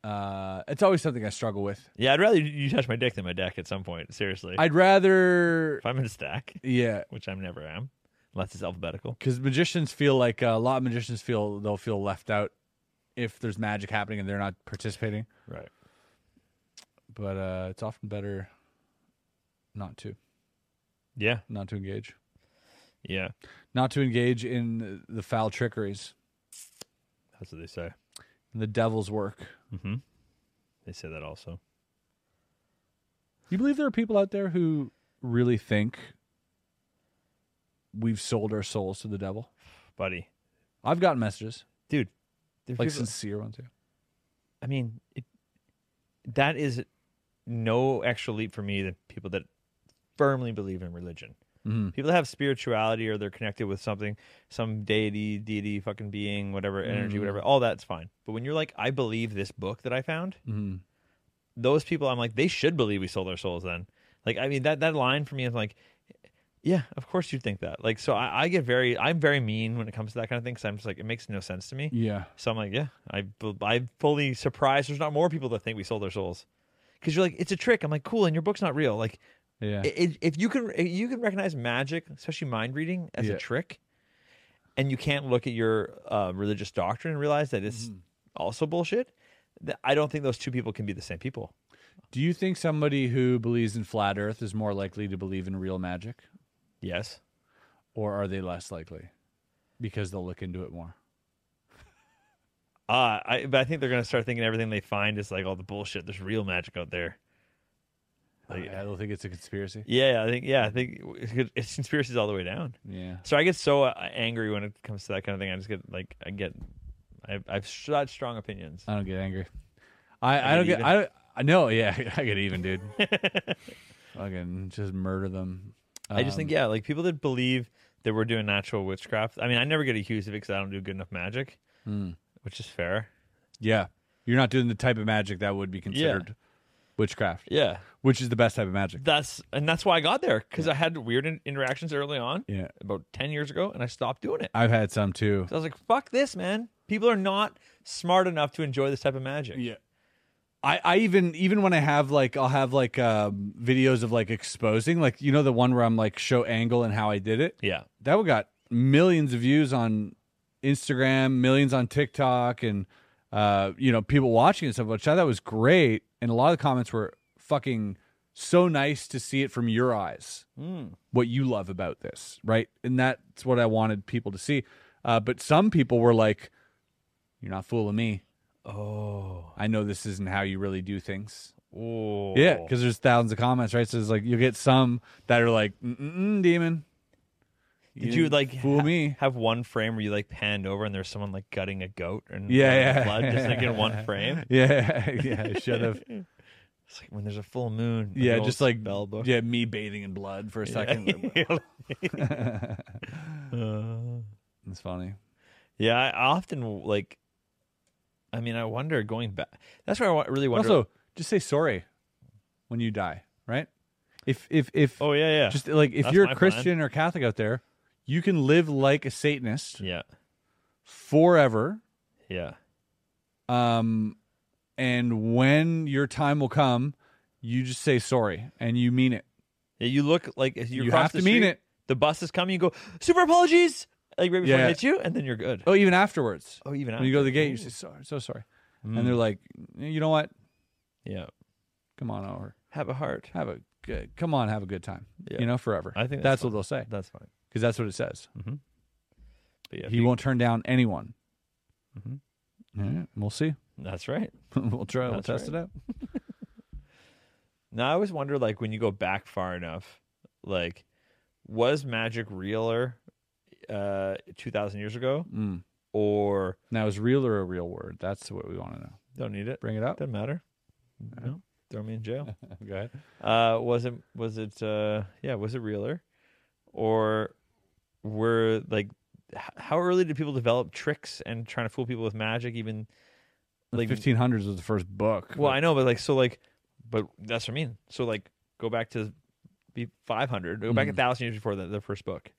[SPEAKER 5] Uh, it's always something I struggle with.
[SPEAKER 3] Yeah, I'd rather you- you touch my dick than my deck at some point. Seriously,
[SPEAKER 5] I'd rather,
[SPEAKER 3] if I'm in a stack,
[SPEAKER 5] yeah,
[SPEAKER 3] which I never am, unless it's alphabetical.
[SPEAKER 5] because magicians feel like uh, a lot of magicians feel they'll feel left out if there's magic happening and they're not participating.
[SPEAKER 3] Right.
[SPEAKER 5] But uh, it's often better not to.
[SPEAKER 3] Yeah.
[SPEAKER 5] not to engage
[SPEAKER 3] Yeah.
[SPEAKER 5] not to engage in the foul trickeries
[SPEAKER 3] That's what they say.
[SPEAKER 5] and the devil's work
[SPEAKER 3] Mm-hmm. They say that also.
[SPEAKER 5] you believe there are people out there who really think we've sold our souls to the devil
[SPEAKER 3] Buddy,
[SPEAKER 5] i've gotten messages
[SPEAKER 3] dude, there's
[SPEAKER 5] like
[SPEAKER 3] people-
[SPEAKER 5] sincere ones yeah
[SPEAKER 3] I mean, it, that is no extra leap for me than people that firmly believe in religion.
[SPEAKER 5] Mhm.
[SPEAKER 3] People that have spirituality or they're connected with something, some deity, deity, fucking being, whatever, energy, whatever, all that's fine. But when you're like, I believe this book that I found,
[SPEAKER 5] Mhm.
[SPEAKER 3] those people, I'm like, they should believe we sold our souls then. Like, I mean, that, that line for me is like, yeah, of course you'd think that. Like, so I, I get very, I'm very mean when it comes to that kind of thing because I'm just like, it makes no sense to me.
[SPEAKER 5] yeah
[SPEAKER 3] So I'm like, yeah, I, bu- I'm fully surprised there's not more people that think we sold our souls. Because you're like, it's a trick. I'm like, cool, and your book's not real. Like,
[SPEAKER 5] Yeah.
[SPEAKER 3] If, if you can, if you can recognize magic, especially mind reading, as
[SPEAKER 5] Yeah.
[SPEAKER 3] a trick, and you can't look at your uh, religious doctrine and realize that
[SPEAKER 5] Mm-hmm.
[SPEAKER 3] it's also bullshit. th- I don't think those two people can be the same people.
[SPEAKER 5] Do you think somebody who believes in flat Earth is more likely to believe in real magic,
[SPEAKER 3] Yes.
[SPEAKER 5] or are they less likely because they'll look into it more?
[SPEAKER 3] Uh, I, but I think they're going to start thinking everything they find is like all the bullshit. There's real magic out there. Like-
[SPEAKER 5] I don't think it's a conspiracy.
[SPEAKER 3] Yeah, I think. Yeah, I think it's- it's conspiracies all the way down.
[SPEAKER 5] Yeah.
[SPEAKER 3] So I get so uh, angry when it comes to that kind of thing. I just get like I get, I, I've such strong opinions.
[SPEAKER 5] I don't get angry. I, I
[SPEAKER 3] get
[SPEAKER 5] don't get.
[SPEAKER 3] even.
[SPEAKER 5] I don't. I know. Yeah, I get even, dude. Fucking just murder them.
[SPEAKER 3] I just
[SPEAKER 5] Um,
[SPEAKER 3] think yeah, like people that believe that we're doing natural witchcraft. I mean, I never get accused of it because I don't do good enough magic,
[SPEAKER 5] Hmm.
[SPEAKER 3] which is fair.
[SPEAKER 5] Yeah, you're not doing the type of magic that would be considered witchcraft,
[SPEAKER 3] Yeah,
[SPEAKER 5] which is the best type of magic.
[SPEAKER 3] that's and that's why I got there because I had weird in- interactions early on,
[SPEAKER 5] Yeah.
[SPEAKER 3] about ten years ago, and I stopped doing it.
[SPEAKER 5] I've had some too.
[SPEAKER 3] So I was like, fuck this, man. People are not smart enough to enjoy this type of magic.
[SPEAKER 5] Yeah. I, I even even when I have like I'll have like um, videos of like exposing like you know the one where I'm like show angle and how I did it
[SPEAKER 3] Yeah.
[SPEAKER 5] that one got millions of views on Instagram millions on TikTok and uh you know people watching and stuff which I thought was great and a lot of the comments were fucking so nice to see it from your eyes
[SPEAKER 3] Hmm.
[SPEAKER 5] what you love about this, right? And that's what I wanted people to see. Uh, but some people were like, "You're not fooling me." Oh, I know this isn't how you really do things.
[SPEAKER 3] Oh.
[SPEAKER 5] Yeah, because there's thousands of comments, right? So it's like you'll get some that are like, Mm-mm, "Demon."
[SPEAKER 3] Did
[SPEAKER 5] didn't
[SPEAKER 3] you like
[SPEAKER 5] fool
[SPEAKER 3] ha-
[SPEAKER 5] me?
[SPEAKER 3] Have one frame where you like panned over and there's someone like gutting a goat and
[SPEAKER 5] Yeah,
[SPEAKER 3] and
[SPEAKER 5] yeah.
[SPEAKER 3] blood just like in one frame.
[SPEAKER 5] Yeah, yeah, I should have.
[SPEAKER 3] It's like when there's a full moon. the
[SPEAKER 5] yeah,
[SPEAKER 3] old
[SPEAKER 5] just like
[SPEAKER 3] spell book.
[SPEAKER 5] yeah, me bathing in blood for a second. it's funny.
[SPEAKER 3] Uh. yeah, I often like. I mean, I wonder going back. That's where I wa- really wonder.
[SPEAKER 5] Also, just say sorry when you die, right? If if if
[SPEAKER 3] oh yeah, yeah,
[SPEAKER 5] Just like if
[SPEAKER 3] That's
[SPEAKER 5] you're
[SPEAKER 3] my
[SPEAKER 5] a
[SPEAKER 3] plan.
[SPEAKER 5] Christian or Catholic out there, you can live like a Satanist
[SPEAKER 3] yeah,
[SPEAKER 5] forever.
[SPEAKER 3] yeah,
[SPEAKER 5] Um, and when your time will come, you just say sorry and you mean it.
[SPEAKER 3] yeah. You look like if you,
[SPEAKER 5] You
[SPEAKER 3] cross
[SPEAKER 5] have
[SPEAKER 3] the
[SPEAKER 5] to mean
[SPEAKER 3] street,
[SPEAKER 5] it.
[SPEAKER 3] The bus is coming. You go super apologies, like right before
[SPEAKER 5] Yeah.
[SPEAKER 3] it hits you, and then you're good.
[SPEAKER 5] Oh, even afterwards.
[SPEAKER 3] Oh, even
[SPEAKER 5] when you go to the
[SPEAKER 3] after. Mm.
[SPEAKER 5] gate, you say sorry, so sorry, and they're like, you know what?
[SPEAKER 3] Yeah,
[SPEAKER 5] Come on over.
[SPEAKER 3] have a heart.
[SPEAKER 5] Have a good. Come on, have a good time.
[SPEAKER 3] Yeah.
[SPEAKER 5] You know, forever.
[SPEAKER 3] I think
[SPEAKER 5] that's,
[SPEAKER 3] that's
[SPEAKER 5] what they'll say
[SPEAKER 3] That's fine.
[SPEAKER 5] because that's what it says.
[SPEAKER 3] But yeah, if
[SPEAKER 5] he
[SPEAKER 3] you-
[SPEAKER 5] won't turn down anyone. All right, we'll see.
[SPEAKER 3] That's right.
[SPEAKER 5] we'll try.
[SPEAKER 3] Mm-hmm. That's
[SPEAKER 5] we'll test
[SPEAKER 3] right.
[SPEAKER 5] it out.
[SPEAKER 3] Now I always wonder, like, when you go back far enough, like, was magic realer uh, two thousand years ago,
[SPEAKER 5] Mm.
[SPEAKER 3] or
[SPEAKER 5] Now, is real or a real word? That's what we want to know.
[SPEAKER 3] don't need it?
[SPEAKER 5] Bring it up.
[SPEAKER 3] Doesn't matter. No, throw me in jail.
[SPEAKER 5] Go ahead.
[SPEAKER 3] uh, was it? Was it? Uh, yeah, was it realer, or were like, h- how early did people develop tricks and trying to fool people with magic? Even
[SPEAKER 5] Like
[SPEAKER 3] like,
[SPEAKER 5] 1500s was the first book.
[SPEAKER 3] well, I know, but like, so like, but that's what I mean. So like, go back to be five hundred. Go back
[SPEAKER 5] Mm.
[SPEAKER 3] a thousand years before the, the first book.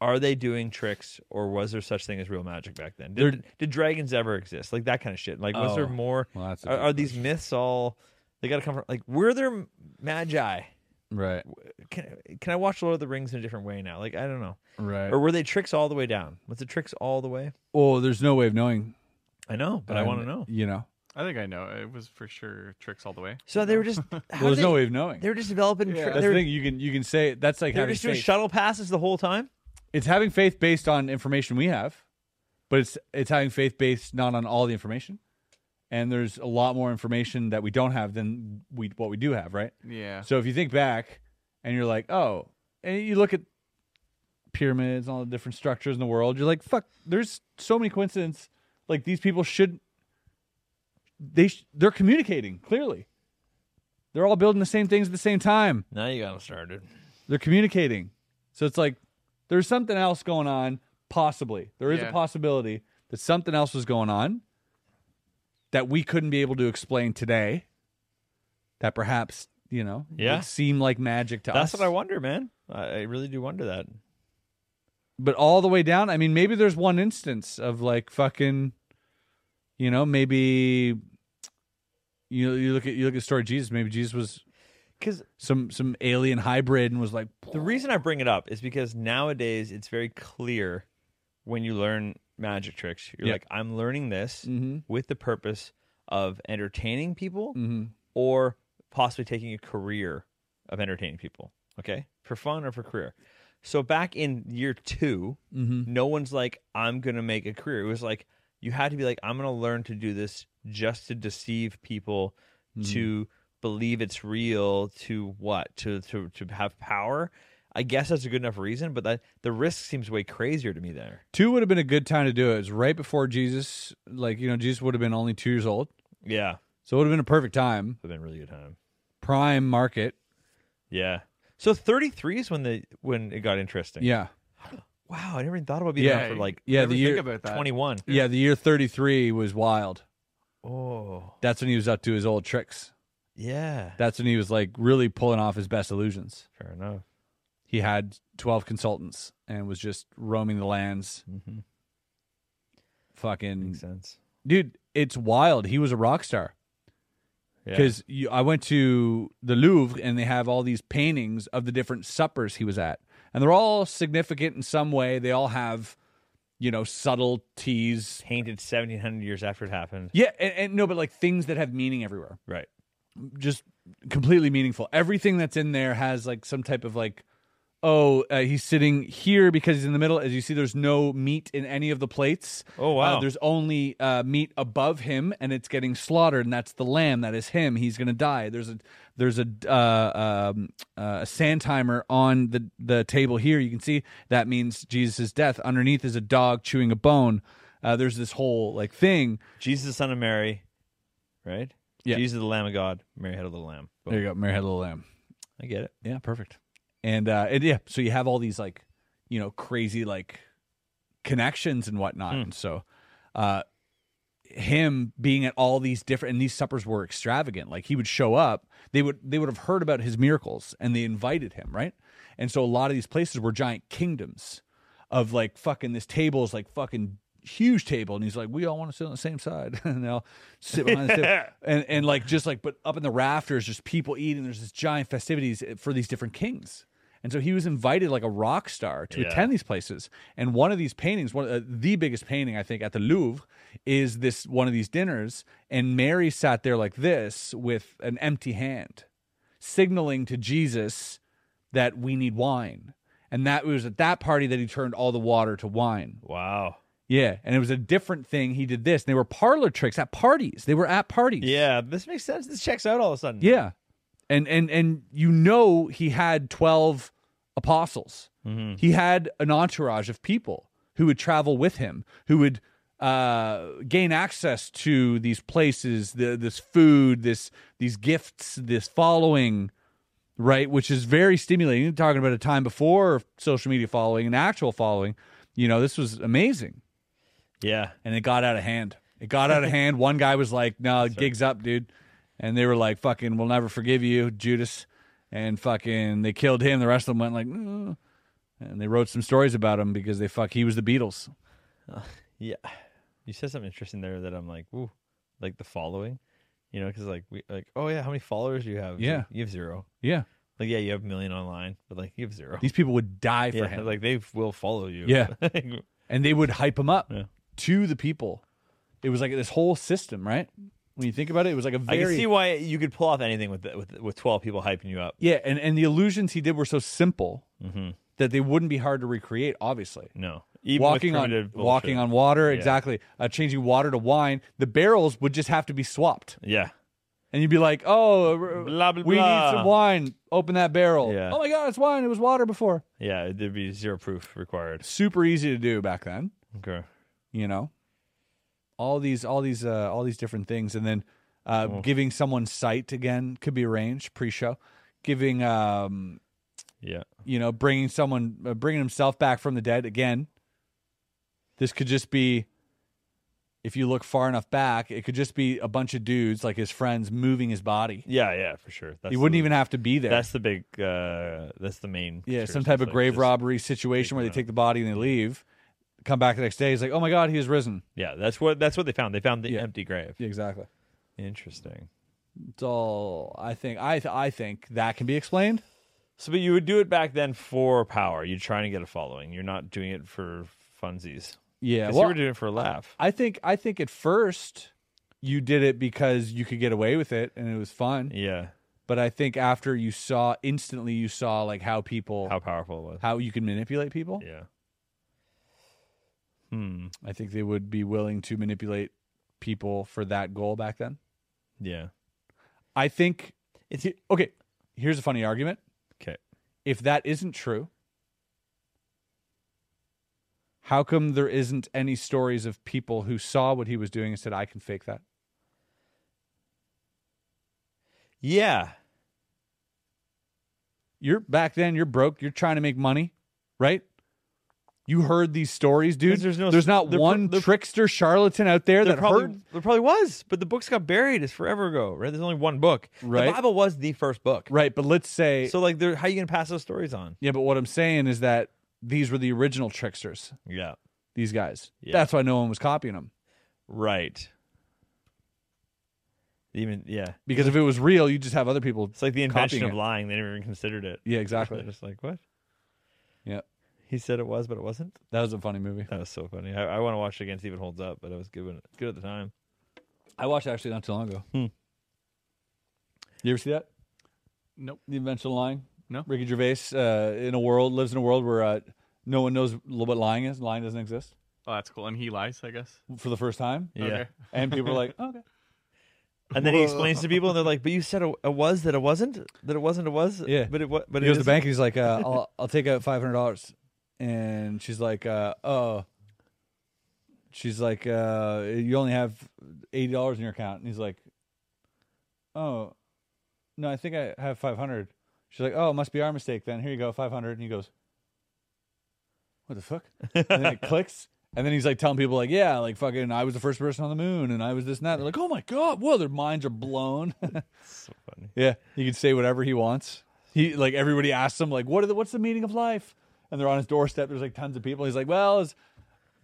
[SPEAKER 3] Are they doing tricks, or was there such thing as real magic back then? Did, did dragons ever exist? Like that kind of shit. Like, was there
[SPEAKER 5] Oh.
[SPEAKER 3] more?
[SPEAKER 5] Well, that's a
[SPEAKER 3] are,
[SPEAKER 5] good
[SPEAKER 3] are these myths all? They got to come from like were there magi?
[SPEAKER 5] right,
[SPEAKER 3] Can can I watch Lord of the Rings in a different way now? Like I don't know.
[SPEAKER 5] right.
[SPEAKER 3] Or were they tricks all the way down? Was the tricks all the way?
[SPEAKER 5] oh, there's no way of knowing.
[SPEAKER 3] I know,
[SPEAKER 5] Um,
[SPEAKER 3] but I want to know.
[SPEAKER 5] You know,
[SPEAKER 4] I think I know. It was for sure tricks all the way.
[SPEAKER 3] So they were just how
[SPEAKER 5] well, there's
[SPEAKER 3] did
[SPEAKER 5] no
[SPEAKER 3] they-
[SPEAKER 5] way of knowing.
[SPEAKER 3] They were just developing. tri-
[SPEAKER 5] That's
[SPEAKER 3] they
[SPEAKER 5] the
[SPEAKER 3] were,
[SPEAKER 5] thing. You can you can say that's like
[SPEAKER 3] they were
[SPEAKER 5] having
[SPEAKER 3] just doing
[SPEAKER 5] faith.
[SPEAKER 3] shuttle passes the whole time.
[SPEAKER 5] it's having faith based on information we have, but it's it's having faith based not on all the information. And there's a lot more information that we don't have than we what we do have, right?
[SPEAKER 4] Yeah.
[SPEAKER 5] So if you think back and you're like, oh, and you look at pyramids and all the different structures in the world, you're like, fuck, there's so many coincidences. Like these people should, they sh- they're communicating clearly. They're all building the same things at the same time.
[SPEAKER 3] Now you got them started.
[SPEAKER 5] They're communicating. So it's like there's something else going on. Possibly there is
[SPEAKER 4] Yeah.
[SPEAKER 5] a possibility that something else was going on that we couldn't be able to explain today. That perhaps you know
[SPEAKER 3] Yeah.
[SPEAKER 5] would seem like magic to us.
[SPEAKER 3] That's what I wonder, man. I, I really do wonder that.
[SPEAKER 5] but all the way down i mean maybe there's one instance of like fucking you know maybe you know you look at you look at the story of jesus maybe jesus was
[SPEAKER 3] because
[SPEAKER 5] some some alien hybrid and was like
[SPEAKER 3] the reason I bring it up is because nowadays it's very clear when you learn magic tricks. You're
[SPEAKER 5] Yeah.
[SPEAKER 3] like, I'm learning this
[SPEAKER 5] Mhm.
[SPEAKER 3] with the purpose of entertaining people
[SPEAKER 5] Mhm.
[SPEAKER 3] or possibly taking a career of entertaining people. Okay. For fun or for career. So back in year 2
[SPEAKER 5] mm-hmm, Mm.
[SPEAKER 3] no one's like, I'm going to make a career. It was like, you had to be like, I'm going to learn to do this just to deceive people,
[SPEAKER 5] mm-hmm.
[SPEAKER 3] to believe it's real, to what? To, to, to have power. I guess that's a good enough reason, but that the risk seems way crazier to me there.
[SPEAKER 5] two would have been a good time to do it. It was right before Jesus, like you know, Jesus would have been only two years old,
[SPEAKER 3] Yeah.
[SPEAKER 5] so it would have been a perfect time,
[SPEAKER 3] It's been a really good time.
[SPEAKER 5] prime market.
[SPEAKER 3] Yeah. So 33 is when the when it got interesting.
[SPEAKER 5] Yeah,
[SPEAKER 3] Wow, I never even thought about being
[SPEAKER 5] Yeah.
[SPEAKER 3] out for like
[SPEAKER 5] yeah.
[SPEAKER 4] Never
[SPEAKER 5] The
[SPEAKER 4] think
[SPEAKER 5] year,
[SPEAKER 4] about that.
[SPEAKER 3] 21.
[SPEAKER 5] yeah, the year thirty three was wild.
[SPEAKER 3] Oh,
[SPEAKER 5] That's when he was up to his old tricks.
[SPEAKER 3] yeah.
[SPEAKER 5] That's when he was like really pulling off his best illusions.
[SPEAKER 3] Fair enough.
[SPEAKER 5] He had twelve consultants and was just roaming the lands,
[SPEAKER 3] Mm-hmm.
[SPEAKER 5] fucking
[SPEAKER 3] Makes sense.
[SPEAKER 5] dude. It's wild. He was a rock star.
[SPEAKER 3] Yeah.
[SPEAKER 5] because I went to the Louvre and they have all these paintings of the different suppers he was at, and they're all significant in some way. They all have, you know, subtleties.
[SPEAKER 3] painted 1700 years after it happened.
[SPEAKER 5] Yeah, and, and no, but like things that have meaning everywhere,
[SPEAKER 3] Right.
[SPEAKER 5] just completely meaningful. Everything that's in there has like some type of like. Oh, uh, he's sitting here because he's in the middle. As you see, there's no meat in any of the plates.
[SPEAKER 3] Oh,
[SPEAKER 5] Uh,
[SPEAKER 3] wow.
[SPEAKER 5] there's only uh, meat above him, and it's getting slaughtered, and that's the lamb. That is him. He's gonna die. There's a there's a uh, um, uh, a sand timer on the the table here. You can see that means Jesus' death. Underneath is a dog chewing a bone. Uh, there's this whole like thing.
[SPEAKER 3] Jesus, the son of Mary, right?
[SPEAKER 5] Yeah.
[SPEAKER 3] Jesus, the Lamb of God. Mary had a little lamb. Boom.
[SPEAKER 5] There you go. Mary had a little lamb.
[SPEAKER 3] I get it.
[SPEAKER 5] Yeah, perfect. And uh, and yeah, so you have all these like you know crazy like connections and whatnot. And so, uh, him being at all these different and these suppers were extravagant. Like he would show up, they would they would have heard about his miracles and they invited him, right? And so a lot of these places were giant kingdoms of like fucking this table is like fucking huge table and he's like we all want to sit on the same side and they'll sit behind the table and and like just like but up in the rafters just people eating there's this giant festivities eh, for these different kings and so he was invited like a rock star to
[SPEAKER 3] Yeah.
[SPEAKER 5] attend these places and one of these paintings one uh, the biggest painting i think at the louvre is this one of these dinners and mary sat there like this with an empty hand signaling to jesus that we need wine and that it was at that party that he turned all the water to wine.
[SPEAKER 3] Wow.
[SPEAKER 5] Yeah, and it was a different thing. He did this. And they were parlor tricks at parties. They were at parties.
[SPEAKER 3] Yeah, this makes sense. This checks out all of a sudden.
[SPEAKER 5] yeah, and and and you know he had twelve apostles. He had an entourage of people who would travel with him, who would uh, gain access to these places, the, this food, this these gifts, this following right? Which is very stimulating. You're talking about a time before social media following and actual following. You know, this was amazing.
[SPEAKER 3] Yeah.
[SPEAKER 5] And it got out of hand. It got out of hand. One guy was like, no, gig's up, dude. And they were like, fucking, we'll never forgive you, Judas. And fucking, they killed him. The rest of them went like, "Mm." and they wrote some stories about him because they fuck, he was the Beatles.
[SPEAKER 3] Yeah. You said something interesting there that I'm like, ooh, like the following, you know, because like, we, like, oh yeah, how many followers do you have? It's
[SPEAKER 5] Yeah.
[SPEAKER 3] like, you have zero.
[SPEAKER 5] Yeah.
[SPEAKER 3] Like, yeah, you have a million online, but like, you have zero.
[SPEAKER 5] These people would die for
[SPEAKER 3] yeah,
[SPEAKER 5] him.
[SPEAKER 3] like they will follow you.
[SPEAKER 5] Yeah.
[SPEAKER 3] Like,
[SPEAKER 5] and they would hype him up
[SPEAKER 3] Yeah.
[SPEAKER 5] to the people. It was like this whole system, right? When you think about it, it was like a
[SPEAKER 3] I
[SPEAKER 5] very.
[SPEAKER 3] can see why you could pull off anything with with with twelve people hyping you up. Mm-hmm.
[SPEAKER 5] Yeah, and, and the illusions he did were so simple that they wouldn't be hard to recreate. Obviously,
[SPEAKER 3] No, even with
[SPEAKER 5] walking on
[SPEAKER 3] primitive bullshit.
[SPEAKER 5] walking on water, exactly. Uh, changing water to wine. The barrels would just have to be swapped,
[SPEAKER 3] Yeah,
[SPEAKER 5] and you'd be like, "Oh, r-
[SPEAKER 3] Blah, blah,
[SPEAKER 5] we
[SPEAKER 3] blah.
[SPEAKER 5] need some wine. Open that barrel.
[SPEAKER 3] Yeah.
[SPEAKER 5] Oh my god, it's wine. It was water before.
[SPEAKER 3] yeah, there'd be zero proof required.
[SPEAKER 5] Super easy to do back then.
[SPEAKER 3] Okay,
[SPEAKER 5] You know, all these, all these, uh, all these different things, and then uh, giving someone sight again could be arranged pre-show. Giving um,
[SPEAKER 3] yeah,
[SPEAKER 5] you know, bringing someone, uh, bringing himself back from the dead again. This could just be, if you look far enough back, it could just be a bunch of dudes like his friends moving his body.
[SPEAKER 3] yeah, yeah, for sure. That's
[SPEAKER 5] he wouldn't
[SPEAKER 3] the-
[SPEAKER 5] even have to be there.
[SPEAKER 3] That's the big. uh That's the main.
[SPEAKER 5] yeah,
[SPEAKER 3] picture.
[SPEAKER 5] some type
[SPEAKER 3] It's
[SPEAKER 5] of
[SPEAKER 3] like
[SPEAKER 5] grave
[SPEAKER 3] just-
[SPEAKER 5] robbery situation where they take the body and they leave. Come back the next day, he's like, "Oh my god, he was risen."
[SPEAKER 3] Yeah, that's what that's what they found. They found the
[SPEAKER 5] Yeah.
[SPEAKER 3] empty grave.
[SPEAKER 5] Yeah, exactly.
[SPEAKER 3] Interesting.
[SPEAKER 5] It's all I think. I th- I think that can be explained.
[SPEAKER 3] So, but you would do it back then for power. You're trying to get a following. You're not doing it for funsies.
[SPEAKER 5] Yeah,
[SPEAKER 3] 'Cause
[SPEAKER 5] well,
[SPEAKER 3] you were doing it for a laugh.
[SPEAKER 5] I think I think at first you did it because you could get away with it and it was fun.
[SPEAKER 3] yeah,
[SPEAKER 5] But I think after you saw instantly you saw like how people
[SPEAKER 3] how
[SPEAKER 5] how,
[SPEAKER 3] powerful it was.
[SPEAKER 5] you can manipulate people.
[SPEAKER 3] yeah. Hmm.
[SPEAKER 5] I think they would be willing to manipulate people for that goal back then.
[SPEAKER 3] Yeah.
[SPEAKER 5] I think
[SPEAKER 3] It's
[SPEAKER 5] he- okay. Here's a funny argument.
[SPEAKER 3] okay.
[SPEAKER 5] If that isn't true, how come there isn't any stories of people who saw what he was doing and said, "I can fake that"?
[SPEAKER 3] Yeah.
[SPEAKER 5] You're back then. You're broke. You're trying to make money, right? You heard these stories, dude.
[SPEAKER 3] 'Cause there's no-
[SPEAKER 5] there's not
[SPEAKER 3] there pro-
[SPEAKER 5] one
[SPEAKER 3] there-
[SPEAKER 5] trickster charlatan out there, that
[SPEAKER 3] probably,
[SPEAKER 5] heard.
[SPEAKER 3] there probably was, but the books got buried. It's forever ago, right? There's only one book.
[SPEAKER 5] Right.
[SPEAKER 3] The Bible was the first book.
[SPEAKER 5] Right, but let's say
[SPEAKER 3] So, like, there, how you going to pass those stories on?
[SPEAKER 5] yeah. But what I'm saying is that these were the original tricksters.
[SPEAKER 3] Yeah.
[SPEAKER 5] These guys.
[SPEAKER 3] Yeah.
[SPEAKER 5] That's why no one was copying them.
[SPEAKER 3] Right. Even, yeah.
[SPEAKER 5] Because if it was real, you just have other people.
[SPEAKER 3] It's like the invention
[SPEAKER 5] Copying
[SPEAKER 3] of
[SPEAKER 5] it.
[SPEAKER 3] lying. They never even considered it.
[SPEAKER 5] Yeah,
[SPEAKER 3] They're
[SPEAKER 5] exactly.
[SPEAKER 3] just like, what?
[SPEAKER 5] Yeah,
[SPEAKER 3] He said it was, but it wasn't.
[SPEAKER 5] that was a funny movie.
[SPEAKER 3] That was so funny. I, I want to watch it again, see if it holds up, but it was good when, good at the time.
[SPEAKER 5] I watched it actually not too long ago.
[SPEAKER 3] Hmm.
[SPEAKER 5] You ever see that?
[SPEAKER 4] Nope.
[SPEAKER 5] The Invention of Lying.
[SPEAKER 4] No.
[SPEAKER 5] Ricky Gervais uh, in a world lives in a world where uh, no one knows l- what lying is. Lying doesn't exist
[SPEAKER 4] Oh, that's cool. And he lies, I guess.
[SPEAKER 5] for the first time,
[SPEAKER 3] Yeah.
[SPEAKER 4] Okay.
[SPEAKER 5] and people are like, "Okay."
[SPEAKER 3] And then he explains to people, and they're like, "But you said it, it was that it wasn't that it wasn't it was
[SPEAKER 5] Yeah.
[SPEAKER 3] but it was but it
[SPEAKER 5] He goes to the
[SPEAKER 3] isn't."
[SPEAKER 5] bank and he's like, uh, "I'll I'll take out five hundred dollars," and she's like, uh, "Oh." She's like, uh, "You only have eighty dollars in your account," and he's like, "Oh, no, I think I have five hundred. She's like, "Oh, it must be our mistake then. Here you go, five hundred. And he goes, "What the fuck?" And then it clicks. And then he's like telling people like, yeah, like fucking, I was the first person on the moon, and I was this and that. They're like, oh my god, whoa, their minds are blown.
[SPEAKER 3] So funny.
[SPEAKER 5] Yeah, he can say whatever he wants. He like everybody asks him like, "What are the, what's the meaning of life?" And they're on his doorstep. There's like tons of people. He's like, "Well, it's,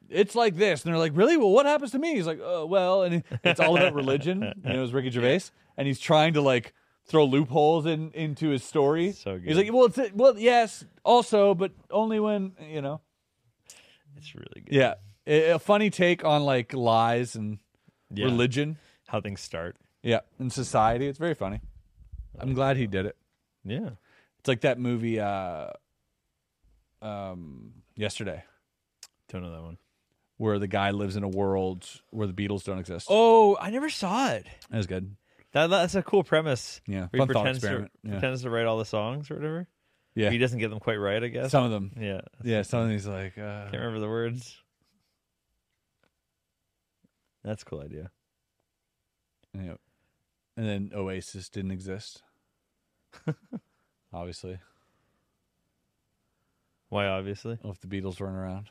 [SPEAKER 5] it's like this," and they're like, "Really? Well, what happens to me?" He's like, "Oh, well," and it's all about religion. You know, it was Ricky Gervais, and he's trying to like throw loopholes in into his story.
[SPEAKER 3] So good.
[SPEAKER 5] He's like, "Well, it's well, yes, also, but only when you know."
[SPEAKER 3] It's really good.
[SPEAKER 5] Yeah, a, a funny take on like lies and
[SPEAKER 3] Yeah.
[SPEAKER 5] religion.
[SPEAKER 3] How things start.
[SPEAKER 5] Yeah, and society. It's very funny. I'm glad he did it.
[SPEAKER 3] Yeah.
[SPEAKER 5] It's like that movie uh um yesterday
[SPEAKER 3] Don't know that one.
[SPEAKER 5] where the guy lives in a world where the Beatles don't exist.
[SPEAKER 3] Oh, I never saw it.
[SPEAKER 5] that was good.
[SPEAKER 3] That, that's a cool premise. Where
[SPEAKER 5] Yeah, fun
[SPEAKER 3] he
[SPEAKER 5] thought
[SPEAKER 3] pretends to,
[SPEAKER 5] experiment, yeah.
[SPEAKER 3] pretends to write all the songs or whatever.
[SPEAKER 5] Yeah.
[SPEAKER 3] He doesn't get them quite right, I guess.
[SPEAKER 5] Some of them.
[SPEAKER 3] yeah.
[SPEAKER 5] Yeah, some of these like uh
[SPEAKER 3] Can't remember the words. That's a cool idea.
[SPEAKER 5] you know, and then Oasis didn't exist. Obviously.
[SPEAKER 3] Why, obviously.
[SPEAKER 5] If the Beatles weren't around.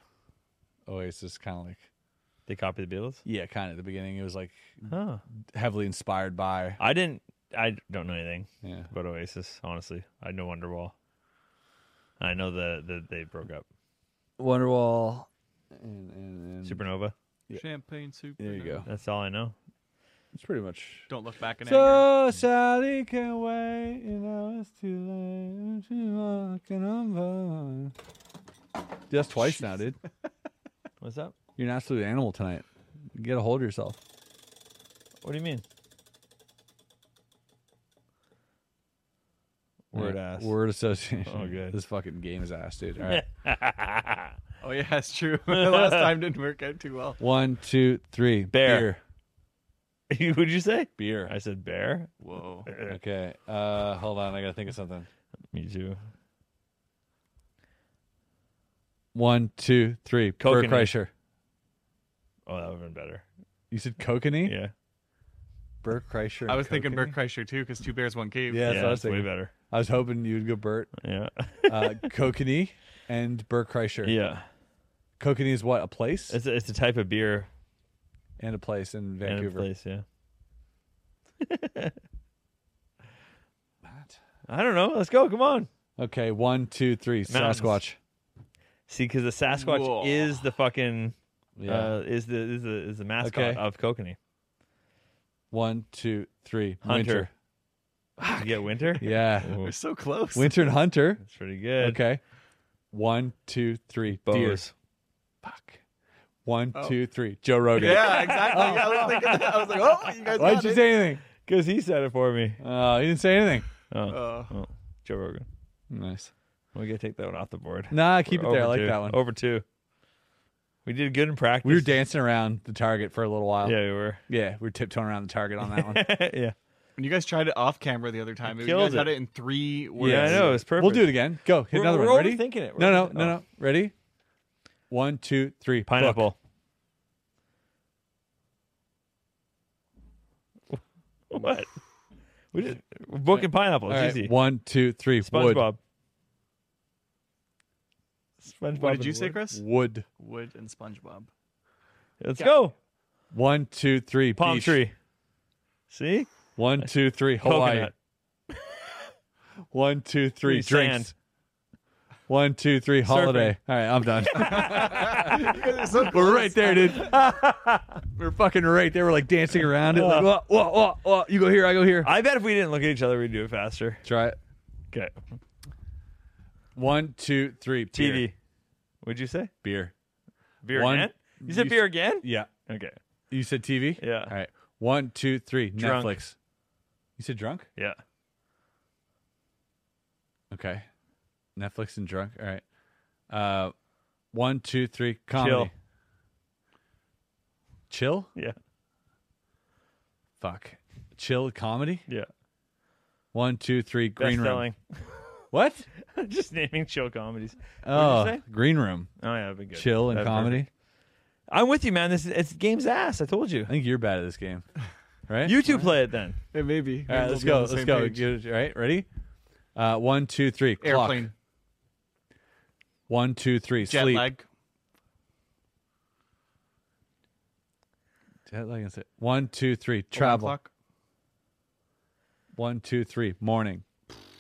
[SPEAKER 5] Oasis kinda like
[SPEAKER 3] They copy the Beatles?
[SPEAKER 5] Yeah, kinda at the beginning. It was like
[SPEAKER 3] Huh.
[SPEAKER 5] heavily inspired by
[SPEAKER 3] I didn't. I don't know anything
[SPEAKER 5] Yeah.
[SPEAKER 3] about Oasis, honestly. I know Wonderwall. I know that the, they broke up.
[SPEAKER 5] Wonderwall and, and, and
[SPEAKER 3] Supernova.
[SPEAKER 4] Champagne soup.
[SPEAKER 5] there you go.
[SPEAKER 3] That's all I know.
[SPEAKER 5] It's pretty much
[SPEAKER 4] Don't look back in anger.
[SPEAKER 5] So Sally can wait, you know it's too late. She's walking on by. Dude, That's twice now, dude.
[SPEAKER 3] What's up?
[SPEAKER 5] You're an absolute animal tonight. Get a hold of yourself.
[SPEAKER 3] What do you mean? Word ass.
[SPEAKER 5] Word association.
[SPEAKER 3] Oh, good.
[SPEAKER 5] This fucking game is ass, dude. All right.
[SPEAKER 4] Oh yeah, that's true. Last time didn't work out too well.
[SPEAKER 5] One, two, three.
[SPEAKER 3] Bear. What'd you say?
[SPEAKER 5] Beer.
[SPEAKER 3] I said bear.
[SPEAKER 4] Whoa.
[SPEAKER 5] Beer. Okay. Uh, hold on. I gotta think of something.
[SPEAKER 3] Me too.
[SPEAKER 5] One, two, three. Bert
[SPEAKER 3] Kokanee.
[SPEAKER 5] Kreischer.
[SPEAKER 3] Oh, that would have been better.
[SPEAKER 5] You said kokanee?
[SPEAKER 3] Yeah.
[SPEAKER 5] Bert Kreischer.
[SPEAKER 4] I
[SPEAKER 5] and
[SPEAKER 4] was thinking Bert
[SPEAKER 5] kokanee?
[SPEAKER 4] Kreischer too, because two bears, one cave.
[SPEAKER 5] Yeah, that's
[SPEAKER 3] yeah,
[SPEAKER 5] what I was
[SPEAKER 3] way
[SPEAKER 5] thinking.
[SPEAKER 3] better.
[SPEAKER 5] I was hoping you'd go Bert.
[SPEAKER 3] Yeah.
[SPEAKER 5] Uh, kokanee and Bert Kreischer.
[SPEAKER 3] yeah.
[SPEAKER 5] Kokanee is what a place
[SPEAKER 3] It's a, it's a type of beer
[SPEAKER 5] and a place in
[SPEAKER 3] and a
[SPEAKER 5] Vancouver.
[SPEAKER 3] place, yeah.
[SPEAKER 5] Matt.
[SPEAKER 3] I don't know. Let's go. Come on.
[SPEAKER 5] Okay, one, two, three.
[SPEAKER 3] Mountains.
[SPEAKER 5] Sasquatch.
[SPEAKER 3] See, because the Sasquatch
[SPEAKER 4] Whoa.
[SPEAKER 3] is the fucking
[SPEAKER 5] Yeah,
[SPEAKER 3] uh, is the is the is the mascot
[SPEAKER 5] Okay.
[SPEAKER 3] of Kokanee.
[SPEAKER 5] One, two, three.
[SPEAKER 3] Hunter. You get winter?
[SPEAKER 5] Winter. Yeah.
[SPEAKER 3] Ooh,
[SPEAKER 4] We're so close.
[SPEAKER 5] Winter and Hunter.
[SPEAKER 3] that's pretty good.
[SPEAKER 5] Okay. One, two, three. Deer.
[SPEAKER 3] Bows.
[SPEAKER 5] Fuck. One, two, three. Joe Rogan.
[SPEAKER 4] Oh. Yeah, exactly. I was thinking that. I was like, oh, you guys
[SPEAKER 5] Why didn't
[SPEAKER 4] got
[SPEAKER 5] you
[SPEAKER 4] it.
[SPEAKER 5] say anything?
[SPEAKER 3] Because he said it for me.
[SPEAKER 5] Oh, he didn't say anything.
[SPEAKER 3] Oh,
[SPEAKER 5] Uh.
[SPEAKER 4] Oh.
[SPEAKER 3] oh, Joe Rogan.
[SPEAKER 5] Nice.
[SPEAKER 3] We gotta take that one off the board.
[SPEAKER 5] Nah, keep
[SPEAKER 3] We're
[SPEAKER 5] it there. I
[SPEAKER 3] over
[SPEAKER 5] like
[SPEAKER 3] two.
[SPEAKER 5] that one.
[SPEAKER 3] Over two. We did good in practice.
[SPEAKER 5] We were dancing around the target for a little while.
[SPEAKER 3] Yeah, we were.
[SPEAKER 5] Yeah, we were tiptoeing around the target on that one.
[SPEAKER 3] yeah.
[SPEAKER 4] When you guys tried it off camera the other time, you
[SPEAKER 3] killed
[SPEAKER 4] guys had
[SPEAKER 3] it.
[SPEAKER 4] it in three words.
[SPEAKER 3] Yeah, I know. It was perfect.
[SPEAKER 5] We'll do it again. Go hit
[SPEAKER 3] We're-
[SPEAKER 5] another
[SPEAKER 3] we're
[SPEAKER 5] one. Ready?
[SPEAKER 3] overthinking it. We're
[SPEAKER 5] No, no,
[SPEAKER 3] overthinking-
[SPEAKER 5] no, no. Ready? One, two, three. Book.
[SPEAKER 3] Pineapple. what? We did we're booking pineapple.
[SPEAKER 5] All
[SPEAKER 3] It's
[SPEAKER 5] right.
[SPEAKER 3] easy.
[SPEAKER 5] One, two, three.
[SPEAKER 3] SpongeBob. SpongeBob.
[SPEAKER 4] What did
[SPEAKER 3] and
[SPEAKER 4] you say,
[SPEAKER 3] wood.
[SPEAKER 4] Chris?
[SPEAKER 5] Wood. Wood.
[SPEAKER 4] Wood and SpongeBob.
[SPEAKER 3] Let's go.
[SPEAKER 5] One, two, three.
[SPEAKER 3] Palm
[SPEAKER 5] Beach.
[SPEAKER 3] tree. See?
[SPEAKER 5] One, two, three. Hawaii.
[SPEAKER 3] Coconut.
[SPEAKER 5] One, two, three.
[SPEAKER 3] Three,
[SPEAKER 5] Drinks.
[SPEAKER 3] sand.
[SPEAKER 5] One, two, three. Holiday. All right, I'm done. We're right there, dude. We're fucking right there. We're like dancing around it. Like, whoa, whoa, whoa, whoa. You go here, I go here.
[SPEAKER 3] Uh, I bet if we didn't look at each other, we'd do it faster.
[SPEAKER 5] Try it.
[SPEAKER 3] Okay.
[SPEAKER 5] One, two, three. Beer.
[SPEAKER 3] TV. What'd you say?
[SPEAKER 5] Beer.
[SPEAKER 3] Beer
[SPEAKER 5] One-
[SPEAKER 3] again? You said
[SPEAKER 5] you
[SPEAKER 3] beer
[SPEAKER 5] s-
[SPEAKER 3] again?
[SPEAKER 5] Yeah.
[SPEAKER 3] Okay.
[SPEAKER 5] You said TV?
[SPEAKER 3] Yeah.
[SPEAKER 5] All right. One, two, three.
[SPEAKER 3] Drunk.
[SPEAKER 5] Netflix. You said drunk?
[SPEAKER 3] Yeah.
[SPEAKER 5] Okay. Netflix and drunk. All right. Uh, one, two, three. Comedy. Chill?
[SPEAKER 3] Yeah.
[SPEAKER 5] Fuck. Chill comedy?
[SPEAKER 3] Yeah.
[SPEAKER 5] One, two, three.
[SPEAKER 3] Best
[SPEAKER 5] Green room.
[SPEAKER 3] selling.
[SPEAKER 5] What?
[SPEAKER 3] Just naming chill comedies. What'd you
[SPEAKER 5] Oh,
[SPEAKER 3] say?
[SPEAKER 5] green room.
[SPEAKER 3] Oh yeah, that'd be good.
[SPEAKER 5] Chill and
[SPEAKER 3] That'd be
[SPEAKER 5] comedy.
[SPEAKER 3] perfect. I'm with you, man. This is, it's game's ass. I told you.
[SPEAKER 5] I think you're bad at this game. Right?
[SPEAKER 3] You two play it then.
[SPEAKER 4] It may be.
[SPEAKER 5] All right, let's go. Let's go. Get it- all right, ready? Uh, one, two, three. Clock.
[SPEAKER 4] Airplane.
[SPEAKER 5] One, two, three.
[SPEAKER 4] Jet
[SPEAKER 5] sleep.
[SPEAKER 4] lag.
[SPEAKER 5] Jet lag. Is it? One, two, three. Travel.
[SPEAKER 4] Alarm clock.
[SPEAKER 5] One, two, three. Morning.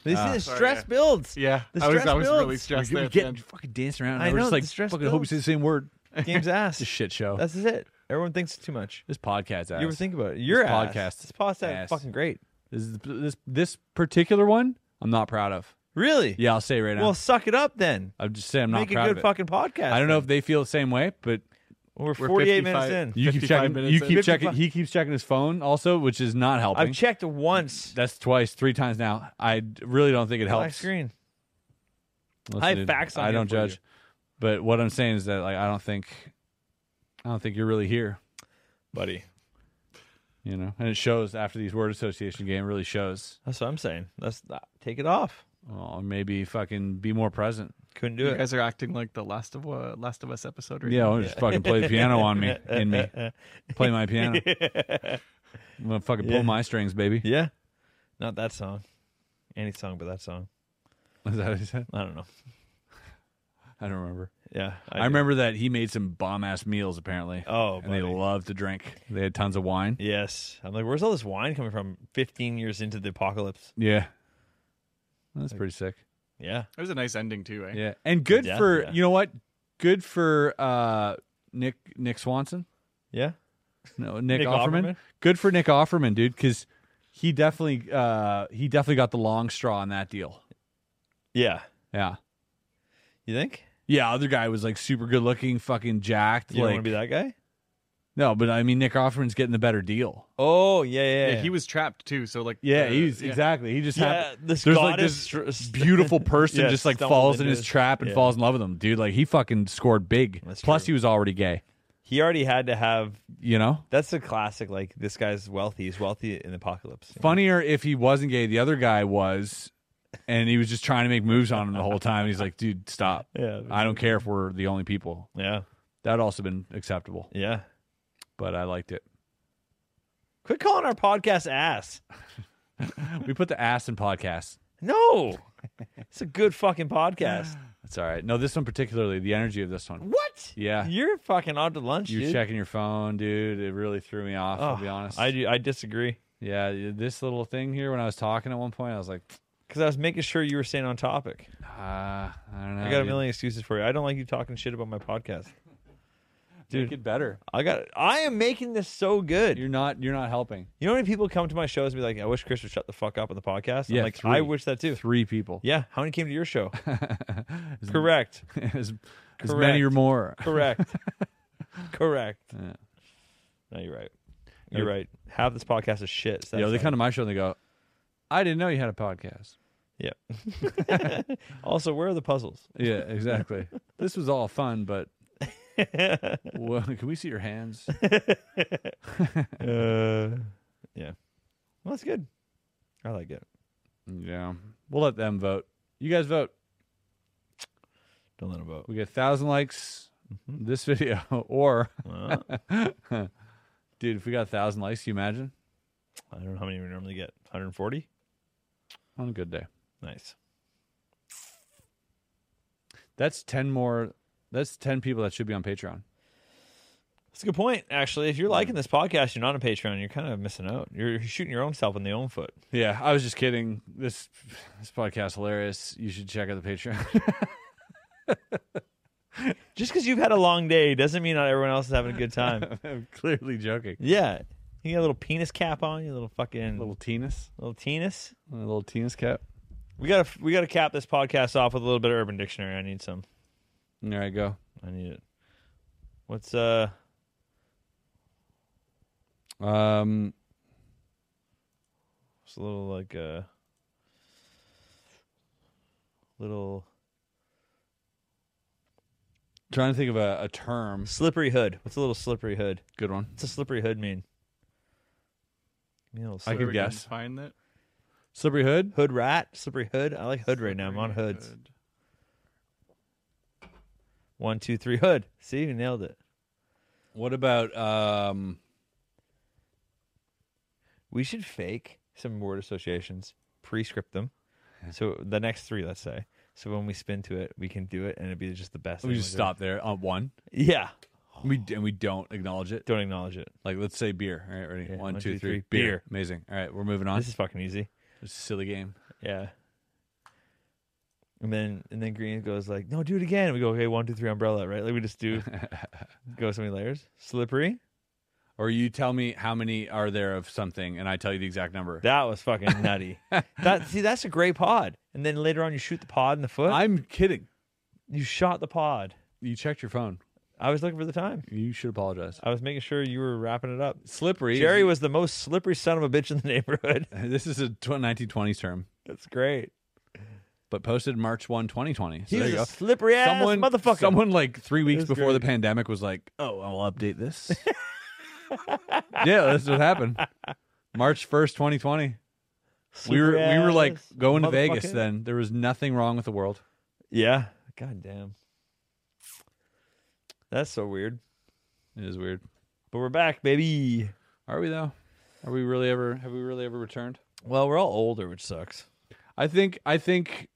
[SPEAKER 3] This
[SPEAKER 5] Ah.
[SPEAKER 3] is stress builds.
[SPEAKER 4] Yeah,
[SPEAKER 3] The
[SPEAKER 4] I was,
[SPEAKER 3] stress
[SPEAKER 4] I was really
[SPEAKER 3] builds.
[SPEAKER 4] stressed
[SPEAKER 5] You're
[SPEAKER 4] there. at the
[SPEAKER 5] getting
[SPEAKER 4] end.
[SPEAKER 5] fucking dancing around.
[SPEAKER 3] I
[SPEAKER 5] we're
[SPEAKER 3] know,
[SPEAKER 5] just like
[SPEAKER 3] the stress
[SPEAKER 5] fucking hope we
[SPEAKER 3] builds.
[SPEAKER 5] say the same word.
[SPEAKER 3] Game's ass.
[SPEAKER 5] It's a shit show.
[SPEAKER 3] That's just it. Everyone thinks too much.
[SPEAKER 5] this podcast ass.
[SPEAKER 3] You ever think about it? Your
[SPEAKER 5] This
[SPEAKER 3] ass.
[SPEAKER 5] podcast
[SPEAKER 3] This podcast
[SPEAKER 5] ass.
[SPEAKER 3] is fucking great.
[SPEAKER 5] this, is, this this particular one? I'm not proud of.
[SPEAKER 3] Really?
[SPEAKER 5] Yeah, I'll say it right now.
[SPEAKER 3] Well, suck it up then.
[SPEAKER 5] I'm just saying I'm not
[SPEAKER 3] Make a
[SPEAKER 5] proud
[SPEAKER 3] good
[SPEAKER 5] of it.
[SPEAKER 3] fucking podcast.
[SPEAKER 5] I don't know if they feel the same way, but
[SPEAKER 3] We're
[SPEAKER 4] We're
[SPEAKER 3] 48 minutes
[SPEAKER 4] 55
[SPEAKER 3] in.
[SPEAKER 5] you keep
[SPEAKER 4] 55
[SPEAKER 5] checking.
[SPEAKER 4] minutes
[SPEAKER 5] You
[SPEAKER 4] in.
[SPEAKER 5] keep checking.
[SPEAKER 3] 55.
[SPEAKER 5] He keeps checking his phone also, which is not helping.
[SPEAKER 3] I've checked once.
[SPEAKER 5] That's twice, three times now. I d- really don't think it
[SPEAKER 3] Black
[SPEAKER 5] helps.
[SPEAKER 3] screen.
[SPEAKER 5] Listen,
[SPEAKER 3] I have
[SPEAKER 5] dude,
[SPEAKER 3] facts on
[SPEAKER 5] I
[SPEAKER 3] here
[SPEAKER 5] don't
[SPEAKER 3] for you.
[SPEAKER 5] judge, but what I'm saying is that like I don't think, I don't think you're really here.
[SPEAKER 3] buddy.
[SPEAKER 5] You know, and it shows after these word association game really shows.
[SPEAKER 3] That's what I'm saying. Let's not take it off.
[SPEAKER 5] Oh, maybe fucking be more present.
[SPEAKER 3] Couldn't do
[SPEAKER 4] You
[SPEAKER 3] it.
[SPEAKER 4] guys are acting like the Last of uh, Last of Us episode. Right
[SPEAKER 5] Yeah, oh,
[SPEAKER 4] now.
[SPEAKER 5] I'll just fucking play the piano on me in me. Play my piano. I'm gonna fucking pull
[SPEAKER 3] Yeah.
[SPEAKER 5] my strings, baby.
[SPEAKER 3] yeah, not that song. Any song but that song.
[SPEAKER 5] Is that what he said?
[SPEAKER 3] I don't know.
[SPEAKER 5] I don't remember.
[SPEAKER 3] Yeah,
[SPEAKER 5] I,
[SPEAKER 3] do.
[SPEAKER 5] remember that he made some bomb ass meals apparently.
[SPEAKER 3] Oh,
[SPEAKER 5] and they
[SPEAKER 3] buddy.
[SPEAKER 5] loved to drink. They had tons of wine.
[SPEAKER 3] Yes, I'm like, where's all this wine coming from? 15 years into the apocalypse.
[SPEAKER 5] Yeah, that's pretty sick.
[SPEAKER 3] Yeah,
[SPEAKER 4] it was a nice ending too. Eh?
[SPEAKER 5] Yeah, and good
[SPEAKER 3] Yeah,
[SPEAKER 5] for
[SPEAKER 3] yeah.
[SPEAKER 5] you know what? Good for uh, Nick Nick Swanson.
[SPEAKER 3] yeah.
[SPEAKER 5] No, Nick,
[SPEAKER 3] Nick
[SPEAKER 5] Offerman.
[SPEAKER 3] Offerman?
[SPEAKER 5] Good for Nick Offerman, dude, because he definitely uh, he definitely got the long straw on that deal.
[SPEAKER 3] Yeah.
[SPEAKER 5] Yeah,
[SPEAKER 3] You think?
[SPEAKER 5] yeah. Other guy was like super good looking, fucking jacked.
[SPEAKER 3] You don't
[SPEAKER 5] like
[SPEAKER 3] want to be that guy?
[SPEAKER 5] no, but I mean Nick Offerman's getting the better deal.
[SPEAKER 3] Oh, yeah, yeah.
[SPEAKER 4] Yeah, he was trapped too. So like,
[SPEAKER 5] Yeah,
[SPEAKER 4] uh,
[SPEAKER 5] he's exactly. He just
[SPEAKER 3] Yeah,
[SPEAKER 5] happened-
[SPEAKER 3] this
[SPEAKER 5] there's like
[SPEAKER 3] goddess
[SPEAKER 5] this
[SPEAKER 3] str-
[SPEAKER 5] beautiful person
[SPEAKER 3] Yeah,
[SPEAKER 5] just like
[SPEAKER 3] stumbled
[SPEAKER 5] falls in
[SPEAKER 3] into
[SPEAKER 5] his
[SPEAKER 3] his-
[SPEAKER 5] trap and
[SPEAKER 3] yeah.
[SPEAKER 5] falls in love with him, dude. Like he fucking scored big.
[SPEAKER 3] That's
[SPEAKER 5] Plus,
[SPEAKER 3] true.
[SPEAKER 5] he was already gay.
[SPEAKER 3] He already had to have.
[SPEAKER 5] You know,
[SPEAKER 3] That's a classic. Like this guy's wealthy. He's wealthy in the apocalypse.
[SPEAKER 5] funnier if he wasn't gay. The other guy was, and he was just trying to make moves on him the whole time. He's like, dude, stop.
[SPEAKER 3] Yeah.
[SPEAKER 5] I don't care if we're the only people.
[SPEAKER 3] Yeah.
[SPEAKER 5] That'd also been acceptable,
[SPEAKER 3] Yeah.
[SPEAKER 5] but I liked it.
[SPEAKER 3] Quit calling our podcast ass.
[SPEAKER 5] We put the ass in podcasts.
[SPEAKER 3] No, it's a good fucking podcast.
[SPEAKER 5] That's all right. No, this one particularly, the energy of this one.
[SPEAKER 3] What?
[SPEAKER 5] Yeah.
[SPEAKER 3] You're fucking on to lunch.
[SPEAKER 5] You're
[SPEAKER 3] dude.
[SPEAKER 5] checking your phone, dude. It really threw me off. I'll be
[SPEAKER 3] Oh,
[SPEAKER 5] honest.
[SPEAKER 3] I do, I disagree
[SPEAKER 5] yeah, this little thing here. When I was talking at one point, I was like,
[SPEAKER 3] because I was making sure you were staying on topic.
[SPEAKER 5] ah, I don't know.
[SPEAKER 3] I got a
[SPEAKER 5] dude.
[SPEAKER 3] million excuses for you. I don't like you talking shit about my podcast. Dude.
[SPEAKER 5] Make it better.
[SPEAKER 3] I got. I am making this so good.
[SPEAKER 5] You're not. You're not helping.
[SPEAKER 3] You know how many people come to my shows and be like, "I wish Chris would shut the fuck up on the podcast." I'm
[SPEAKER 5] Yeah,
[SPEAKER 3] like
[SPEAKER 5] three.
[SPEAKER 3] I wish that too.
[SPEAKER 5] Three people.
[SPEAKER 3] Yeah, how many came to your show? Correct.
[SPEAKER 5] as, as many
[SPEAKER 3] Correct.
[SPEAKER 5] or more.
[SPEAKER 3] Correct. Correct. No, you're right. You're right. Half this podcast is shit. So
[SPEAKER 5] Yeah, they
[SPEAKER 3] that's
[SPEAKER 5] come to my show and they go, "I didn't know you had a podcast."
[SPEAKER 3] not- Yeah. also, where are the puzzles?
[SPEAKER 5] Yeah, exactly. this was all fun, but well, can we see your hands?
[SPEAKER 3] Uh, yeah. Well, that's good. I like it.
[SPEAKER 5] yeah, we'll let them vote. You guys vote.
[SPEAKER 3] Don't let them vote.
[SPEAKER 5] We get a thousand likes this video, or dude, if we got a thousand likes, can you imagine
[SPEAKER 3] I don't know how many we normally get. 140.
[SPEAKER 5] on a good day.
[SPEAKER 3] Nice.
[SPEAKER 5] That's ten more. That's ten people that should be on Patreon.
[SPEAKER 3] That's a good point. Actually, if you're liking this podcast, you're not on Patreon. You're kind of missing out. You're shooting your own self in the own foot.
[SPEAKER 5] Yeah, I was just kidding. This this podcast hilarious. You should check out the Patreon.
[SPEAKER 3] Just because you've had a long day doesn't mean not everyone else is having a good time.
[SPEAKER 5] I'm clearly joking.
[SPEAKER 3] yeah. You got a little penis cap on, you little fucking little,
[SPEAKER 5] Little tennis,
[SPEAKER 3] tennis.
[SPEAKER 5] a little tennis cap.
[SPEAKER 3] We gotta we gotta cap this podcast off with a little bit of Urban Dictionary. I need some.
[SPEAKER 5] There I go.
[SPEAKER 3] I need it. What's uh?
[SPEAKER 5] Um,
[SPEAKER 3] It's a little like uh. Little
[SPEAKER 5] trying to think of a, a term.
[SPEAKER 3] slippery hood. What's a little slippery hood?
[SPEAKER 5] Good one.
[SPEAKER 3] What's a slippery hood mean? Give me a little
[SPEAKER 5] I
[SPEAKER 3] slippery-
[SPEAKER 5] could guess.
[SPEAKER 4] Find that.
[SPEAKER 5] Slippery hood.
[SPEAKER 3] hood rat, slippery hood. I like hood right now. I'm on hoods.
[SPEAKER 4] Hood.
[SPEAKER 3] One, two, three, hood. See, you nailed it.
[SPEAKER 5] What about um?
[SPEAKER 3] We should fake some word associations, pre-script them. So the next three, let's say. So when we spin to it, we can do it, and it'd be just the best.
[SPEAKER 5] We
[SPEAKER 3] thing
[SPEAKER 5] just
[SPEAKER 3] do.
[SPEAKER 5] stop there on one.
[SPEAKER 3] Yeah.
[SPEAKER 5] We and we don't acknowledge it.
[SPEAKER 3] Don't acknowledge it.
[SPEAKER 5] Like let's say beer. All right, ready.
[SPEAKER 3] Yeah,
[SPEAKER 5] one, two, three. Beer.
[SPEAKER 3] Beer.
[SPEAKER 5] Amazing. All right, we're moving on.
[SPEAKER 3] This
[SPEAKER 5] This
[SPEAKER 3] is fucking easy.
[SPEAKER 5] is a silly game.
[SPEAKER 3] Yeah. And then and then Green goes like, "No, do it again." we go, "Okay, one, two, three, umbrella." Right? Like we just do go so many layers. Slippery.
[SPEAKER 5] Or you tell me how many are there of something, and I tell you the exact number.
[SPEAKER 3] That was fucking nutty. that see, that's a great pod. And then later on, you shoot the pod in the foot.
[SPEAKER 5] I'm kidding.
[SPEAKER 3] you shot the pod.
[SPEAKER 5] You checked your phone.
[SPEAKER 3] I was looking for the time.
[SPEAKER 5] You should apologize.
[SPEAKER 3] I was making sure you were wrapping it up.
[SPEAKER 5] Slippery.
[SPEAKER 3] Jerry was the most slippery son of a bitch in the neighborhood.
[SPEAKER 5] This is a tw- 1920s term,
[SPEAKER 3] That's great.
[SPEAKER 5] but posted March 1, 2020. So
[SPEAKER 3] He
[SPEAKER 5] there
[SPEAKER 3] was
[SPEAKER 5] you
[SPEAKER 3] a
[SPEAKER 5] go.
[SPEAKER 3] slippery ass
[SPEAKER 5] someone,
[SPEAKER 3] motherfucker.
[SPEAKER 5] someone like three weeks
[SPEAKER 3] That's
[SPEAKER 5] before the
[SPEAKER 3] great.
[SPEAKER 5] pandemic was like, "Oh, I'll update this." yeah, that's what happened. March first, twenty twenty. We were we were like
[SPEAKER 3] Slippery-ass
[SPEAKER 5] going to Vegas.
[SPEAKER 3] motherfucker.
[SPEAKER 5] Then there was nothing wrong with the world.
[SPEAKER 3] Yeah. God damn. That's so weird.
[SPEAKER 5] It is weird.
[SPEAKER 3] But we're back, baby.
[SPEAKER 5] Are we though? Are we really ever? Have we really ever returned?
[SPEAKER 3] Well, we're all older, which sucks.
[SPEAKER 5] I think I think.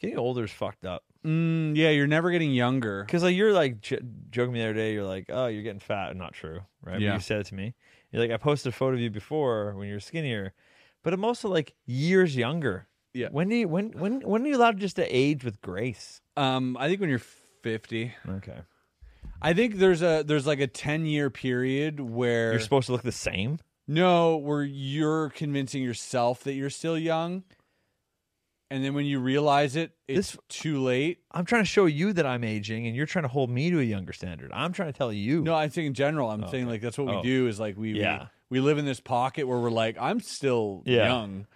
[SPEAKER 3] Getting older is fucked up.
[SPEAKER 5] Mm, yeah, you're never getting younger.
[SPEAKER 3] Because like you're like j- joking me the other day, you're like, "Oh, you're getting fat." Not true, right? But
[SPEAKER 5] Yeah.
[SPEAKER 3] You said it to me. You're like, "I posted a photo of you before when you were skinnier, but I'm also like years younger."
[SPEAKER 5] Yeah.
[SPEAKER 3] When do you when when when are you allowed just to age with grace?
[SPEAKER 5] Um, I think when you're fifty,
[SPEAKER 3] Okay.
[SPEAKER 5] I think there's a there's like a ten year period where
[SPEAKER 3] You're supposed to look the same.
[SPEAKER 5] No, where you're convincing yourself that you're still young. And then when you realize it, it's
[SPEAKER 3] This-
[SPEAKER 5] too late.
[SPEAKER 3] I'm trying to show you that I'm aging, and you're trying to hold me to a younger standard. I'm trying to tell you.
[SPEAKER 5] No, I think in general, I'm saying like that's what we
[SPEAKER 3] Oh.
[SPEAKER 5] do is like we, we-
[SPEAKER 3] Yeah.
[SPEAKER 5] we live in this pocket where we're like, I'm still
[SPEAKER 3] Yeah.
[SPEAKER 5] young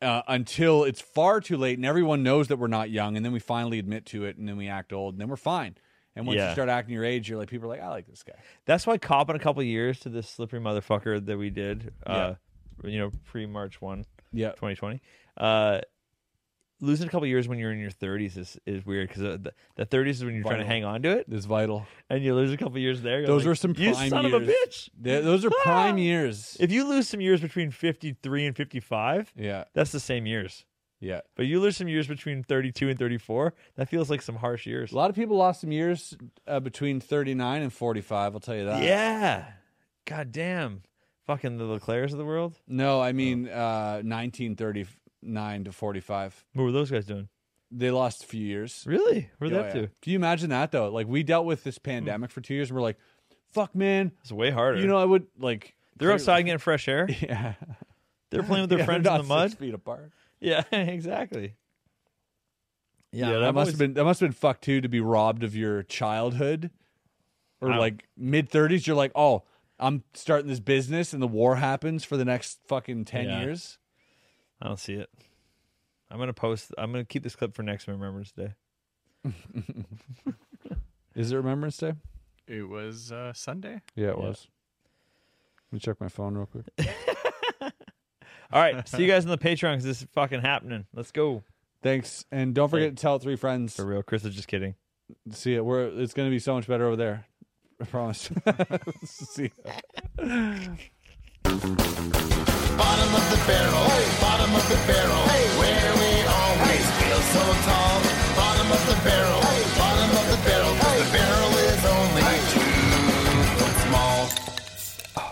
[SPEAKER 5] uh, until it's far too late and everyone knows that we're not young. And then we finally admit to it and then we act old and then we're fine. And once you
[SPEAKER 3] Yeah.
[SPEAKER 5] start acting your age, you're like, people are like, I like this guy.
[SPEAKER 3] That's why copping a couple of years to this slippery motherfucker that we did, uh, you know, pre March 1,
[SPEAKER 5] Yeah.
[SPEAKER 3] 2020. Uh, losing a couple of years when you're in your 30s is, is weird because the, the 30s is when you're trying to
[SPEAKER 5] Vital.
[SPEAKER 3] hang on to it,
[SPEAKER 5] It's vital.
[SPEAKER 3] and you lose a couple of years there. you're
[SPEAKER 5] Those
[SPEAKER 3] like,
[SPEAKER 5] are some prime
[SPEAKER 3] you son
[SPEAKER 5] years.
[SPEAKER 3] of a bitch.
[SPEAKER 5] Th- those are prime
[SPEAKER 3] Ah!
[SPEAKER 5] years.
[SPEAKER 3] If you lose some years between 53 and 55,
[SPEAKER 5] Yeah.
[SPEAKER 3] that's the same years.
[SPEAKER 5] Yeah.
[SPEAKER 3] But you lose some years between 32 and 34, that feels like some harsh years.
[SPEAKER 5] A lot of people lost some years uh, between 39 and 45, I'll tell you that.
[SPEAKER 3] Yeah. God damn. Fucking the Leclairs of the world.
[SPEAKER 5] No, I mean uh, 1939 to 45.
[SPEAKER 3] What were those guys doing?
[SPEAKER 5] They lost a few years.
[SPEAKER 3] Really? Where
[SPEAKER 5] Oh,
[SPEAKER 3] they up
[SPEAKER 5] yeah.
[SPEAKER 3] to?
[SPEAKER 5] Can you imagine that though? Like we dealt with this pandemic for two years, and we're like, "Fuck, man."
[SPEAKER 3] It's way harder.
[SPEAKER 5] You know, I would like.
[SPEAKER 3] they're outside getting fresh air.
[SPEAKER 5] Yeah,
[SPEAKER 3] They're playing with their
[SPEAKER 5] Yeah,
[SPEAKER 3] friends
[SPEAKER 5] they're
[SPEAKER 3] in
[SPEAKER 5] not
[SPEAKER 3] the mud.
[SPEAKER 5] Six feet apart.
[SPEAKER 3] Yeah, exactly.
[SPEAKER 5] Yeah, that
[SPEAKER 3] I've
[SPEAKER 5] must
[SPEAKER 3] always-
[SPEAKER 5] have been that must have been fucked too to be robbed of your childhood, or
[SPEAKER 3] I-
[SPEAKER 5] like mid thirties. You're like, oh, I'm starting this business, and the war happens for the next fucking ten
[SPEAKER 3] Yeah.
[SPEAKER 5] years.
[SPEAKER 3] I don't see it. I'm gonna post. I'm gonna keep this clip for next Remembrance Day.
[SPEAKER 5] Is it Remembrance Day?
[SPEAKER 4] It was uh, Sunday.
[SPEAKER 5] Yeah, it
[SPEAKER 3] Yeah.
[SPEAKER 5] was. Let me check my phone real quick.
[SPEAKER 3] All right, see you guys on the Patreon because this is fucking happening. Let's go.
[SPEAKER 5] Thanks, and don't forget to tell three friends.
[SPEAKER 3] For real, Chris is just kidding.
[SPEAKER 5] See it. We're it's gonna be so much better over there. I promise. See. ya.
[SPEAKER 6] Bottom of the barrel, bottom of the barrel, where we always feel so tall. Bottom of the barrel, bottom of the barrel, 'cause the barrel is only too small.